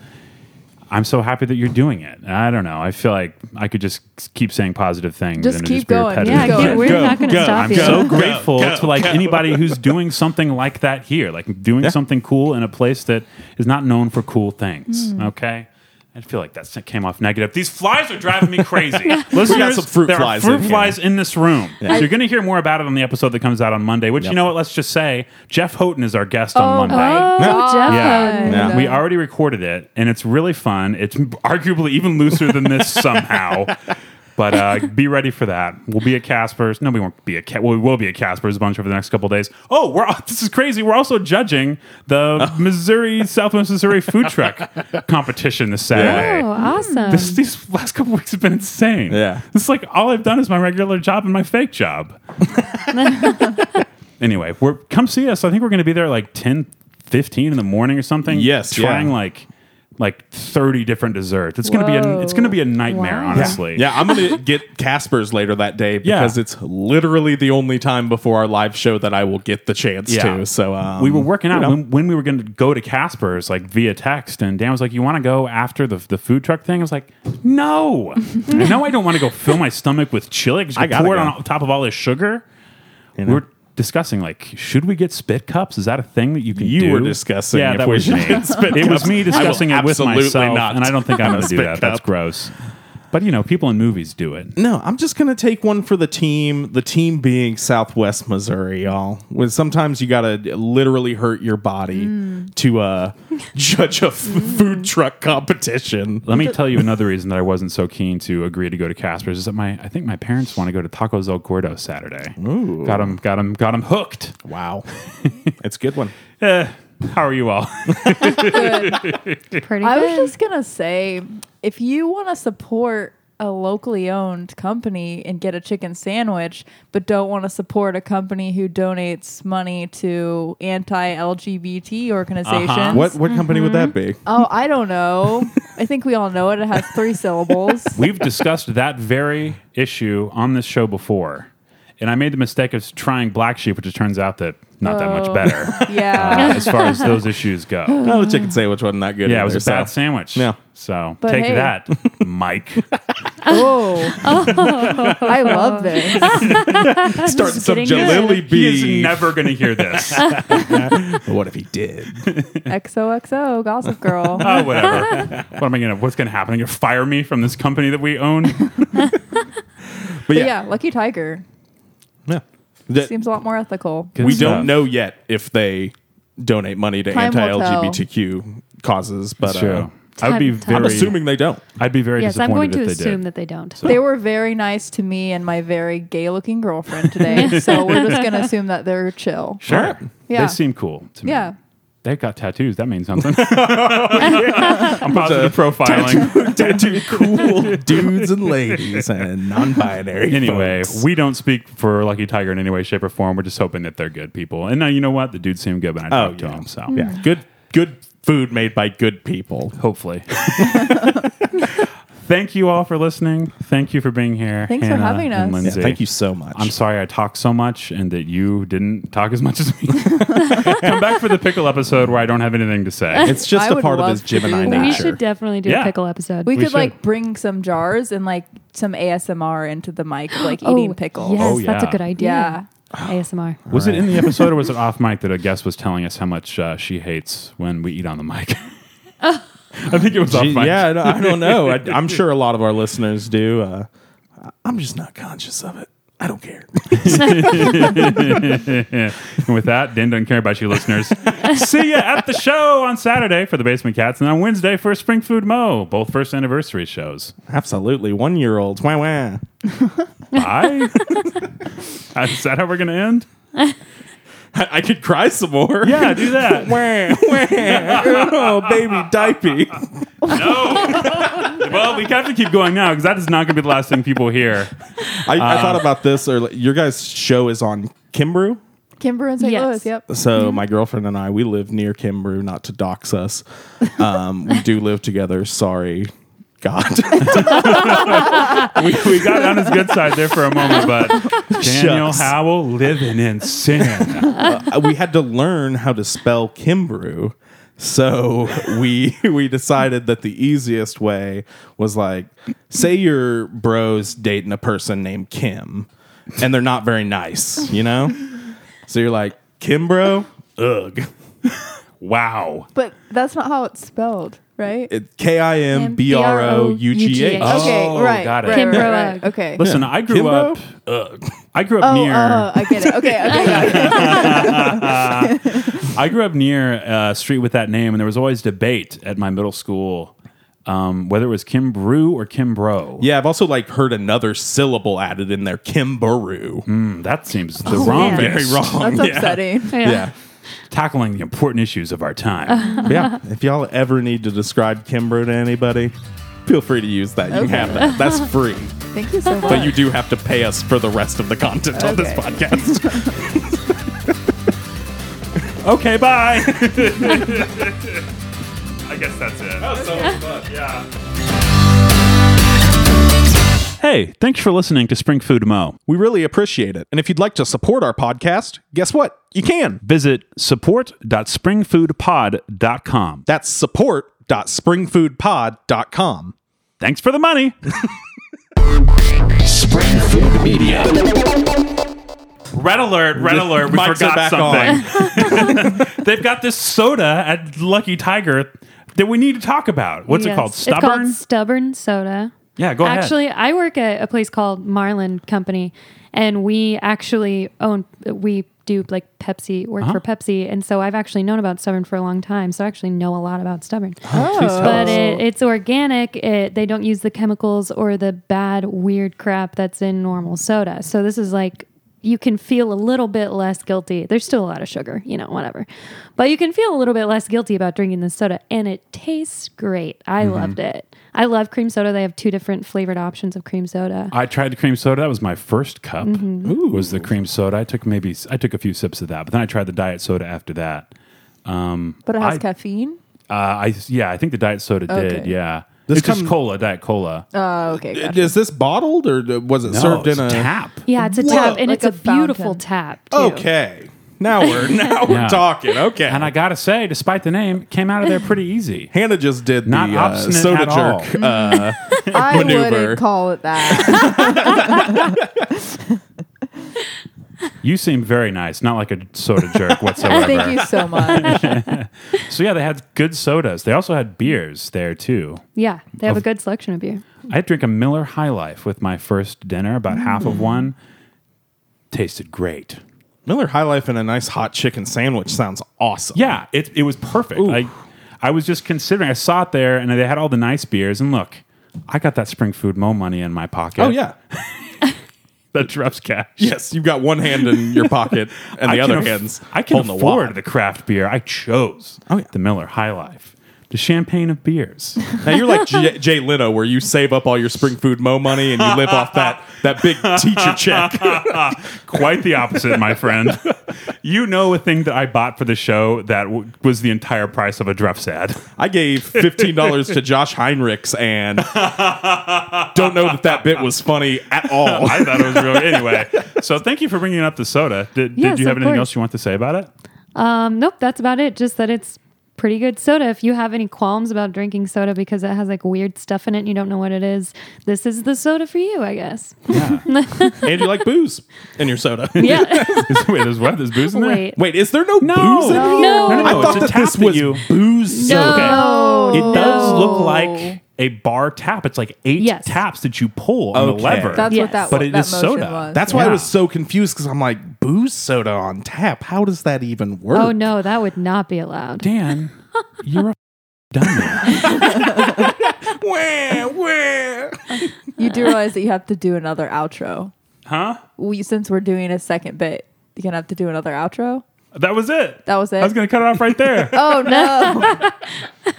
Speaker 2: I'm so happy that you're doing it. I don't know. I feel like I could just keep saying positive things.
Speaker 4: Just
Speaker 2: and
Speaker 4: keep
Speaker 2: it'd be
Speaker 4: going.
Speaker 2: repetitive.
Speaker 4: Yeah, keep-
Speaker 5: we're not gonna stop
Speaker 2: I'm
Speaker 5: you.
Speaker 2: so
Speaker 5: Go,
Speaker 2: grateful to like anybody who's doing something like that here, like doing something cool in a place that is not known for cool things.
Speaker 5: Hmm.
Speaker 2: Okay. I feel like that came off negative. These flies are driving me
Speaker 5: (laughs)
Speaker 2: crazy. Listeners,
Speaker 3: some fruit
Speaker 2: there
Speaker 3: flies
Speaker 2: are fruit
Speaker 3: in here.
Speaker 2: flies in this room. So you're going to hear more about it on the episode that comes out on Monday, which you know what? Let's just say Jeff Houghton is our guest on Monday.
Speaker 5: Oh, Jeff.
Speaker 2: Yeah.
Speaker 4: God.
Speaker 3: Yeah.
Speaker 2: We already recorded it, and it's really fun. It's arguably even looser than this somehow. But uh, be ready for that. We'll be at Casper's. No, we won't be at. Ca- well, we will be at Casper's a bunch over the next couple of days. Oh, we're this is crazy. We're also judging the Missouri Southwest Missouri food truck competition this Saturday.
Speaker 5: Oh, awesome.
Speaker 2: This, these last couple weeks have been insane.
Speaker 3: Yeah.
Speaker 2: It's like all I've done is my regular job and my fake job. anyway, we're come see us. I think we're going to be there like 10, 15 in the morning or something.
Speaker 3: Yes, yeah.
Speaker 2: Trying like like 30 different desserts. It's going to be a,
Speaker 4: Whoa.
Speaker 2: it's going to be a nightmare,
Speaker 4: Wow.
Speaker 2: honestly.
Speaker 3: Yeah, I'm gonna get Casper's later that day because
Speaker 2: Yeah.
Speaker 3: it's literally the only time before our live show that I will get the chance
Speaker 2: Yeah.
Speaker 3: to. So um,
Speaker 2: we were working out
Speaker 3: you know.
Speaker 2: when, when we were going to go to Casper's, like via text, and Dan was like, "You want to go after the the food truck thing?" I was like, "No, I know I don't want to go fill my stomach with chili. 'cause
Speaker 3: I
Speaker 2: You
Speaker 3: gotta
Speaker 2: pour it
Speaker 3: go.
Speaker 2: on top of all this sugar."
Speaker 3: know?
Speaker 2: We were discussing like, should we get spit cups? Is that a thing that you can?
Speaker 3: You
Speaker 2: do?
Speaker 3: were discussing
Speaker 2: Yeah,
Speaker 3: if
Speaker 2: that
Speaker 3: we
Speaker 2: was
Speaker 3: should
Speaker 2: me.
Speaker 3: get spit
Speaker 2: it was
Speaker 3: cups.
Speaker 2: me
Speaker 3: I will
Speaker 2: discussing it with
Speaker 3: absolutely
Speaker 2: myself,
Speaker 3: not.
Speaker 2: and I don't think I'm going to do
Speaker 3: Spit
Speaker 2: that. That's
Speaker 3: cup.
Speaker 2: gross. But you know, people in movies do it.
Speaker 3: No, I'm just gonna take one for the team. The team being Southwest Missouri, y'all. When sometimes you gotta literally hurt your body
Speaker 2: Mm.
Speaker 3: to uh, (laughs) judge a f- food truck competition.
Speaker 2: Let me tell you another reason that I wasn't so keen to agree to go to Casper's is that my I think my parents want to go to Tacos El Gordo Saturday. Ooh. Got them, got them, got them hooked.
Speaker 3: Wow, (laughs) it's a good one.
Speaker 2: Eh, how are you all? (laughs)
Speaker 5: Pretty
Speaker 4: I
Speaker 5: good.
Speaker 4: was just gonna say, if you want to support a locally owned company and get a chicken sandwich, but don't want to support a company who donates money to anti-LGBT organizations,
Speaker 2: Uh-huh.
Speaker 3: What what company would that be?
Speaker 4: Oh, I don't know. I think we all know it. It has
Speaker 2: (laughs)
Speaker 4: three syllables.
Speaker 2: We've discussed that very issue on this show before, and I made the mistake of trying Black Sheep, which it turns out that not that much
Speaker 4: Oh.
Speaker 2: better. uh,
Speaker 4: Yeah.
Speaker 2: as far as those issues go.
Speaker 3: Oh, the chicken sandwich wasn't that good.
Speaker 2: Yeah, it
Speaker 3: either,
Speaker 2: was a
Speaker 3: so.
Speaker 2: bad sandwich.
Speaker 3: Yeah.
Speaker 2: So
Speaker 4: But
Speaker 2: take
Speaker 4: hey.
Speaker 5: (laughs)
Speaker 2: that, Mike.
Speaker 4: oh. (laughs) I love this.
Speaker 3: Start some
Speaker 5: getting good.
Speaker 3: Jalili
Speaker 2: he is
Speaker 3: beef.
Speaker 2: never going to hear
Speaker 5: (laughs)
Speaker 2: this.
Speaker 3: What if he did?
Speaker 4: XOXO,
Speaker 2: (laughs)
Speaker 4: Gossip Girl.
Speaker 2: oh, whatever. what am I gonna? What's gonna happen? They're gonna fire me from this company that we own.
Speaker 3: But
Speaker 4: But
Speaker 3: yeah,
Speaker 4: yeah, Lucky Tiger
Speaker 3: yeah. That-
Speaker 4: seems a lot more ethical.
Speaker 3: we don't know yet if they donate money to
Speaker 4: Time will
Speaker 3: anti-LGBTQ causes, but
Speaker 2: That's true.
Speaker 3: uh,
Speaker 2: I would be
Speaker 5: Time- time.
Speaker 2: very.
Speaker 3: I'm
Speaker 5: I'm
Speaker 3: assuming they (laughs) don't.
Speaker 2: I'd be very
Speaker 5: Yes, I'm
Speaker 2: disappointed
Speaker 5: going to
Speaker 2: if they
Speaker 5: assume
Speaker 2: did.
Speaker 5: that they don't.
Speaker 4: They were very nice to me and my very gay looking
Speaker 2: (laughs)
Speaker 4: girlfriend today. so we're just going to assume that they're chill.
Speaker 2: Sure.
Speaker 4: Yeah.
Speaker 2: They seem cool to me.
Speaker 4: Yeah.
Speaker 2: They got tattoos. That means
Speaker 5: (laughs)
Speaker 2: something. I'm positive profiling.
Speaker 3: Tattooed cool dudes and ladies and (laughs) non-binary.
Speaker 2: Anyway,
Speaker 3: folks.
Speaker 2: we don't speak for Lucky Tiger in any way, shape, or form. We're just hoping that they're good people. And now you know what? The dudes seem good when I
Speaker 3: Oh,
Speaker 2: talk to
Speaker 3: yeah.
Speaker 2: them. So
Speaker 5: Mm.
Speaker 3: yeah, good good food made by good people.
Speaker 4: (laughs)
Speaker 2: hopefully. (laughs) Thank you all for listening. Thank you for being here.
Speaker 4: Thanks for
Speaker 2: Hannah
Speaker 4: having
Speaker 2: and
Speaker 4: us. Yeah,
Speaker 2: Lindsay.
Speaker 3: Thank you so much.
Speaker 2: I'm sorry I talked so much and that you didn't talk as much as me. (laughs) Come back for the pickle episode where I don't have anything to say.
Speaker 3: It's just
Speaker 4: I
Speaker 3: a
Speaker 4: would
Speaker 3: part of
Speaker 4: love
Speaker 3: his Jim
Speaker 4: to
Speaker 3: and I
Speaker 4: do that.
Speaker 5: We
Speaker 3: nature.
Speaker 5: should definitely do
Speaker 2: Yeah.
Speaker 5: a pickle episode.
Speaker 4: We, could
Speaker 2: should.
Speaker 4: like bring some jars and like some ASMR into the mic, like eating pickles.
Speaker 5: Yes,
Speaker 2: Oh,
Speaker 5: that's a
Speaker 2: yeah.
Speaker 5: good idea.
Speaker 4: Yeah.
Speaker 5: ASMR.
Speaker 2: Was it in the episode
Speaker 3: (laughs)
Speaker 2: or was it off mic that a guest was telling us how much uh, she hates when we eat on the
Speaker 4: (laughs)
Speaker 2: mic? I think it was off
Speaker 3: Gee,
Speaker 2: mic. (laughs)
Speaker 3: yeah, I don't- I don't know. I, I'm sure a lot of our listeners do. Uh, I'm just not conscious of it. I don't care.
Speaker 2: And with that, Dan doesn't care about you,
Speaker 4: (laughs)
Speaker 2: listeners. See you at the show on Saturday for the Basement Cats and on Wednesday for Spring Food Mo, both first anniversary shows.
Speaker 3: Absolutely, one year old. Wah wah.
Speaker 2: Bye. (laughs) Is that how we're going to end?
Speaker 3: I, I could cry some more.
Speaker 2: Yeah, do
Speaker 3: (laughs)
Speaker 2: that.
Speaker 3: Wah, wah. (laughs) oh, baby diapy.
Speaker 2: Well, we have to keep going now because that is not going to be the last thing people hear.
Speaker 3: I, I thought about this earlier. Your guys' show is on Kimbrew.
Speaker 4: Kimber and St.
Speaker 5: Yes.
Speaker 4: Louis. Yep.
Speaker 3: So my girlfriend and I, we live near Kimbrew, not to dox us. Um, we do live together. Sorry, God. (laughs)
Speaker 2: We, we got on his good side there for a moment, but Daniel
Speaker 3: Shucks.
Speaker 2: Howell living in sin.
Speaker 3: Uh, we had to learn how to spell Kimbrew. So we (laughs) we decided that the easiest way was like say your bros dating a person named Kim and they're not very nice, you know? So you're like, Kimbro? Ugh.
Speaker 2: Wow.
Speaker 4: But that's not how it's spelled, right?
Speaker 3: K I M B R O U G H.
Speaker 5: Oh,
Speaker 4: okay.
Speaker 2: Oh,
Speaker 4: right.
Speaker 2: got it.
Speaker 4: Right, right,
Speaker 5: Kimber
Speaker 4: right,
Speaker 5: Ugg.
Speaker 4: Okay.
Speaker 2: Listen, I grew
Speaker 3: Kimbo?
Speaker 2: up. I grew up
Speaker 4: Oh,
Speaker 2: near.
Speaker 3: uh.
Speaker 4: oh, I get it. Okay.
Speaker 2: (laughs)
Speaker 4: Okay. got it.
Speaker 2: I grew up near a street with that name, and there was always debate at my middle school um, whether it was Kim Brew or Kim Bro.
Speaker 3: Yeah, I've also like heard another syllable added in there, Kimbrew.
Speaker 2: Mm, that seems the
Speaker 3: Oh,
Speaker 2: wrong,
Speaker 5: man.
Speaker 2: very wrong.
Speaker 4: That's upsetting.
Speaker 3: (laughs) Yeah.
Speaker 2: Tackling the important issues of our
Speaker 3: Uh-huh.
Speaker 2: time.
Speaker 3: yeah. If y'all ever need to describe Kimbro to anybody, feel free to use that. You can have that.
Speaker 2: (laughs)
Speaker 3: That's free.
Speaker 4: Thank you so much.
Speaker 3: But you do have to pay us for the rest of the content on this
Speaker 4: Okay.
Speaker 3: podcast.
Speaker 2: okay, bye. (laughs) (laughs) I guess that's it. Yeah. Hey, thanks for listening to Spring Food Mo.
Speaker 3: we really appreciate it. And if you'd like to support our podcast, guess what? You can.
Speaker 2: Visit support.springfoodpod.com.
Speaker 3: That's support.springfoodpod.com.
Speaker 2: Thanks for the money. Red alert, red alert. We
Speaker 3: Mics are
Speaker 2: forgot
Speaker 3: back
Speaker 2: something. (laughs) They've got this soda at Lucky Tiger that we need to talk about. What's it
Speaker 5: Yes.
Speaker 2: called?
Speaker 5: It's
Speaker 2: Stubborn?
Speaker 5: called Stubborn Soda.
Speaker 2: yeah, go
Speaker 5: actually, I work at a place called Marlin Company, and we actually own we do like Pepsi work
Speaker 2: Uh-huh.
Speaker 5: for Pepsi, and so I've actually known about Stubborn for a long time. So I actually know a lot about Stubborn. But
Speaker 4: Oh.
Speaker 5: it, it's organic. It, they don't use the chemicals or the bad weird crap that's in normal soda. So this is like you can feel a little bit less guilty. There's still a lot of sugar, you know, whatever. But you can feel a little bit less guilty about drinking this soda and it tastes great. I loved it. I love cream soda. They have two different flavored options of cream soda.
Speaker 2: ahead. I tried the cream soda. That was my first cup.
Speaker 5: Mm-hmm.
Speaker 2: Was the cream soda? I took maybe I took a few sips of that, but then I tried the diet soda after that.
Speaker 4: but it has
Speaker 2: I-
Speaker 4: caffeine.
Speaker 2: Uh, I yeah, I think the diet soda did.
Speaker 4: Okay.
Speaker 2: Yeah,
Speaker 3: This
Speaker 2: it's just
Speaker 3: come-
Speaker 2: cola, diet cola.
Speaker 4: Oh, okay.
Speaker 3: (laughs)
Speaker 4: Gotcha.
Speaker 3: Is this bottled or was it served
Speaker 2: it's
Speaker 3: in a
Speaker 2: tap.
Speaker 5: yeah, it's a
Speaker 3: Whoa.
Speaker 5: tap and
Speaker 4: Like
Speaker 5: it's a,
Speaker 4: a
Speaker 5: beautiful
Speaker 4: fountain.
Speaker 5: tap.
Speaker 3: Oh.
Speaker 5: Too.
Speaker 3: Okay. Now we're (laughs) now we're
Speaker 2: Yeah.
Speaker 3: talking. Okay.
Speaker 2: And I gotta say, despite the name, it came out of there pretty easy.
Speaker 3: Hannah just did
Speaker 2: Not
Speaker 3: the uh,
Speaker 2: obstinate
Speaker 3: soda
Speaker 2: at all.
Speaker 3: jerk. Uh,
Speaker 4: I
Speaker 3: maneuver.
Speaker 4: wouldn't call it that.
Speaker 2: You seem very nice, not like a soda
Speaker 4: (laughs)
Speaker 2: jerk whatsoever.
Speaker 4: Thank you so much.
Speaker 2: So yeah, they had good sodas. They also had beers there too.
Speaker 5: Yeah, they have a good selection of beer.
Speaker 2: I drank a Miller High Life with my first dinner, about half
Speaker 4: Mm.
Speaker 2: of one. Tasted great.
Speaker 3: Miller High Life and a nice hot chicken sandwich sounds awesome.
Speaker 2: Yeah, it it was perfect. I I was just considering. I saw it there, and they had all the nice beers. And look, I got that spring food mo money in my pocket.
Speaker 3: Oh yeah.
Speaker 2: (laughs)
Speaker 3: (laughs)
Speaker 2: that drops cash.
Speaker 3: Yes, you've got one hand in your pocket and the
Speaker 2: I
Speaker 3: other
Speaker 2: can aff-
Speaker 3: hand's
Speaker 2: I can
Speaker 3: holding
Speaker 2: afford the,
Speaker 3: the
Speaker 2: craft beer. I chose
Speaker 3: Oh, yeah.
Speaker 2: the Miller High Life, the champagne of
Speaker 3: (laughs)
Speaker 2: beers.
Speaker 3: wad. Now you're
Speaker 2: (laughs)
Speaker 3: like J- Jay Leno, where you save up all your spring food mo money and you live off that that big teacher check.
Speaker 2: Quite the opposite, my friend. You know a thing that I bought for the show that w- was the entire price of a Drefs ad.
Speaker 3: I gave fifteen dollars to Josh Heinrichs and don't know that that bit was funny at all.
Speaker 2: (laughs) I thought it was really anyway. So thank you for bringing up the soda. Did,
Speaker 5: Yes,
Speaker 2: did you have
Speaker 5: of
Speaker 2: anything
Speaker 5: course.
Speaker 2: else you want to say about it? (laughs)
Speaker 5: Um, nope, that's about it. Just that it's pretty good soda. If you have any qualms about drinking soda because it has like weird stuff in it and you don't know what it is, this is the soda for you, I guess.
Speaker 3: and you like booze in your soda.
Speaker 5: (laughs) Yeah.
Speaker 2: Wait, there's what? There's booze in there.
Speaker 5: Wait.
Speaker 3: Wait, is there no,
Speaker 2: No.
Speaker 3: booze in
Speaker 2: No.
Speaker 3: here?
Speaker 2: No,
Speaker 5: No.
Speaker 2: no,
Speaker 3: I
Speaker 2: no,
Speaker 3: thought
Speaker 2: it's a
Speaker 3: that
Speaker 2: tap
Speaker 3: this
Speaker 2: that
Speaker 3: was
Speaker 2: you-
Speaker 3: booze
Speaker 5: No.
Speaker 3: soda.
Speaker 2: It does
Speaker 4: No.
Speaker 2: look like a bar tap. It's like eight
Speaker 5: oh. Yes.
Speaker 2: taps that you pull on
Speaker 3: Okay.
Speaker 2: the lever.
Speaker 4: That's
Speaker 5: Yes.
Speaker 4: what that,
Speaker 2: But
Speaker 4: wa-
Speaker 2: it
Speaker 4: that
Speaker 2: is
Speaker 4: motion
Speaker 2: soda.
Speaker 4: was.
Speaker 3: That's why I
Speaker 2: Yeah.
Speaker 3: was so confused because I'm like, booze soda on tap. How does that even work?
Speaker 5: Oh no, that would not be allowed.
Speaker 2: Dan, you're a dummy.
Speaker 3: Where, where?
Speaker 4: You do realize that you have to do another outro.
Speaker 2: Huh?
Speaker 4: We, since we're doing a second bit, you're going to have to do another outro?
Speaker 2: That was it.
Speaker 4: That was it?
Speaker 2: I was going to cut it off right there.
Speaker 4: oh, no.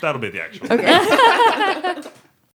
Speaker 2: That'll be the actual.
Speaker 4: okay.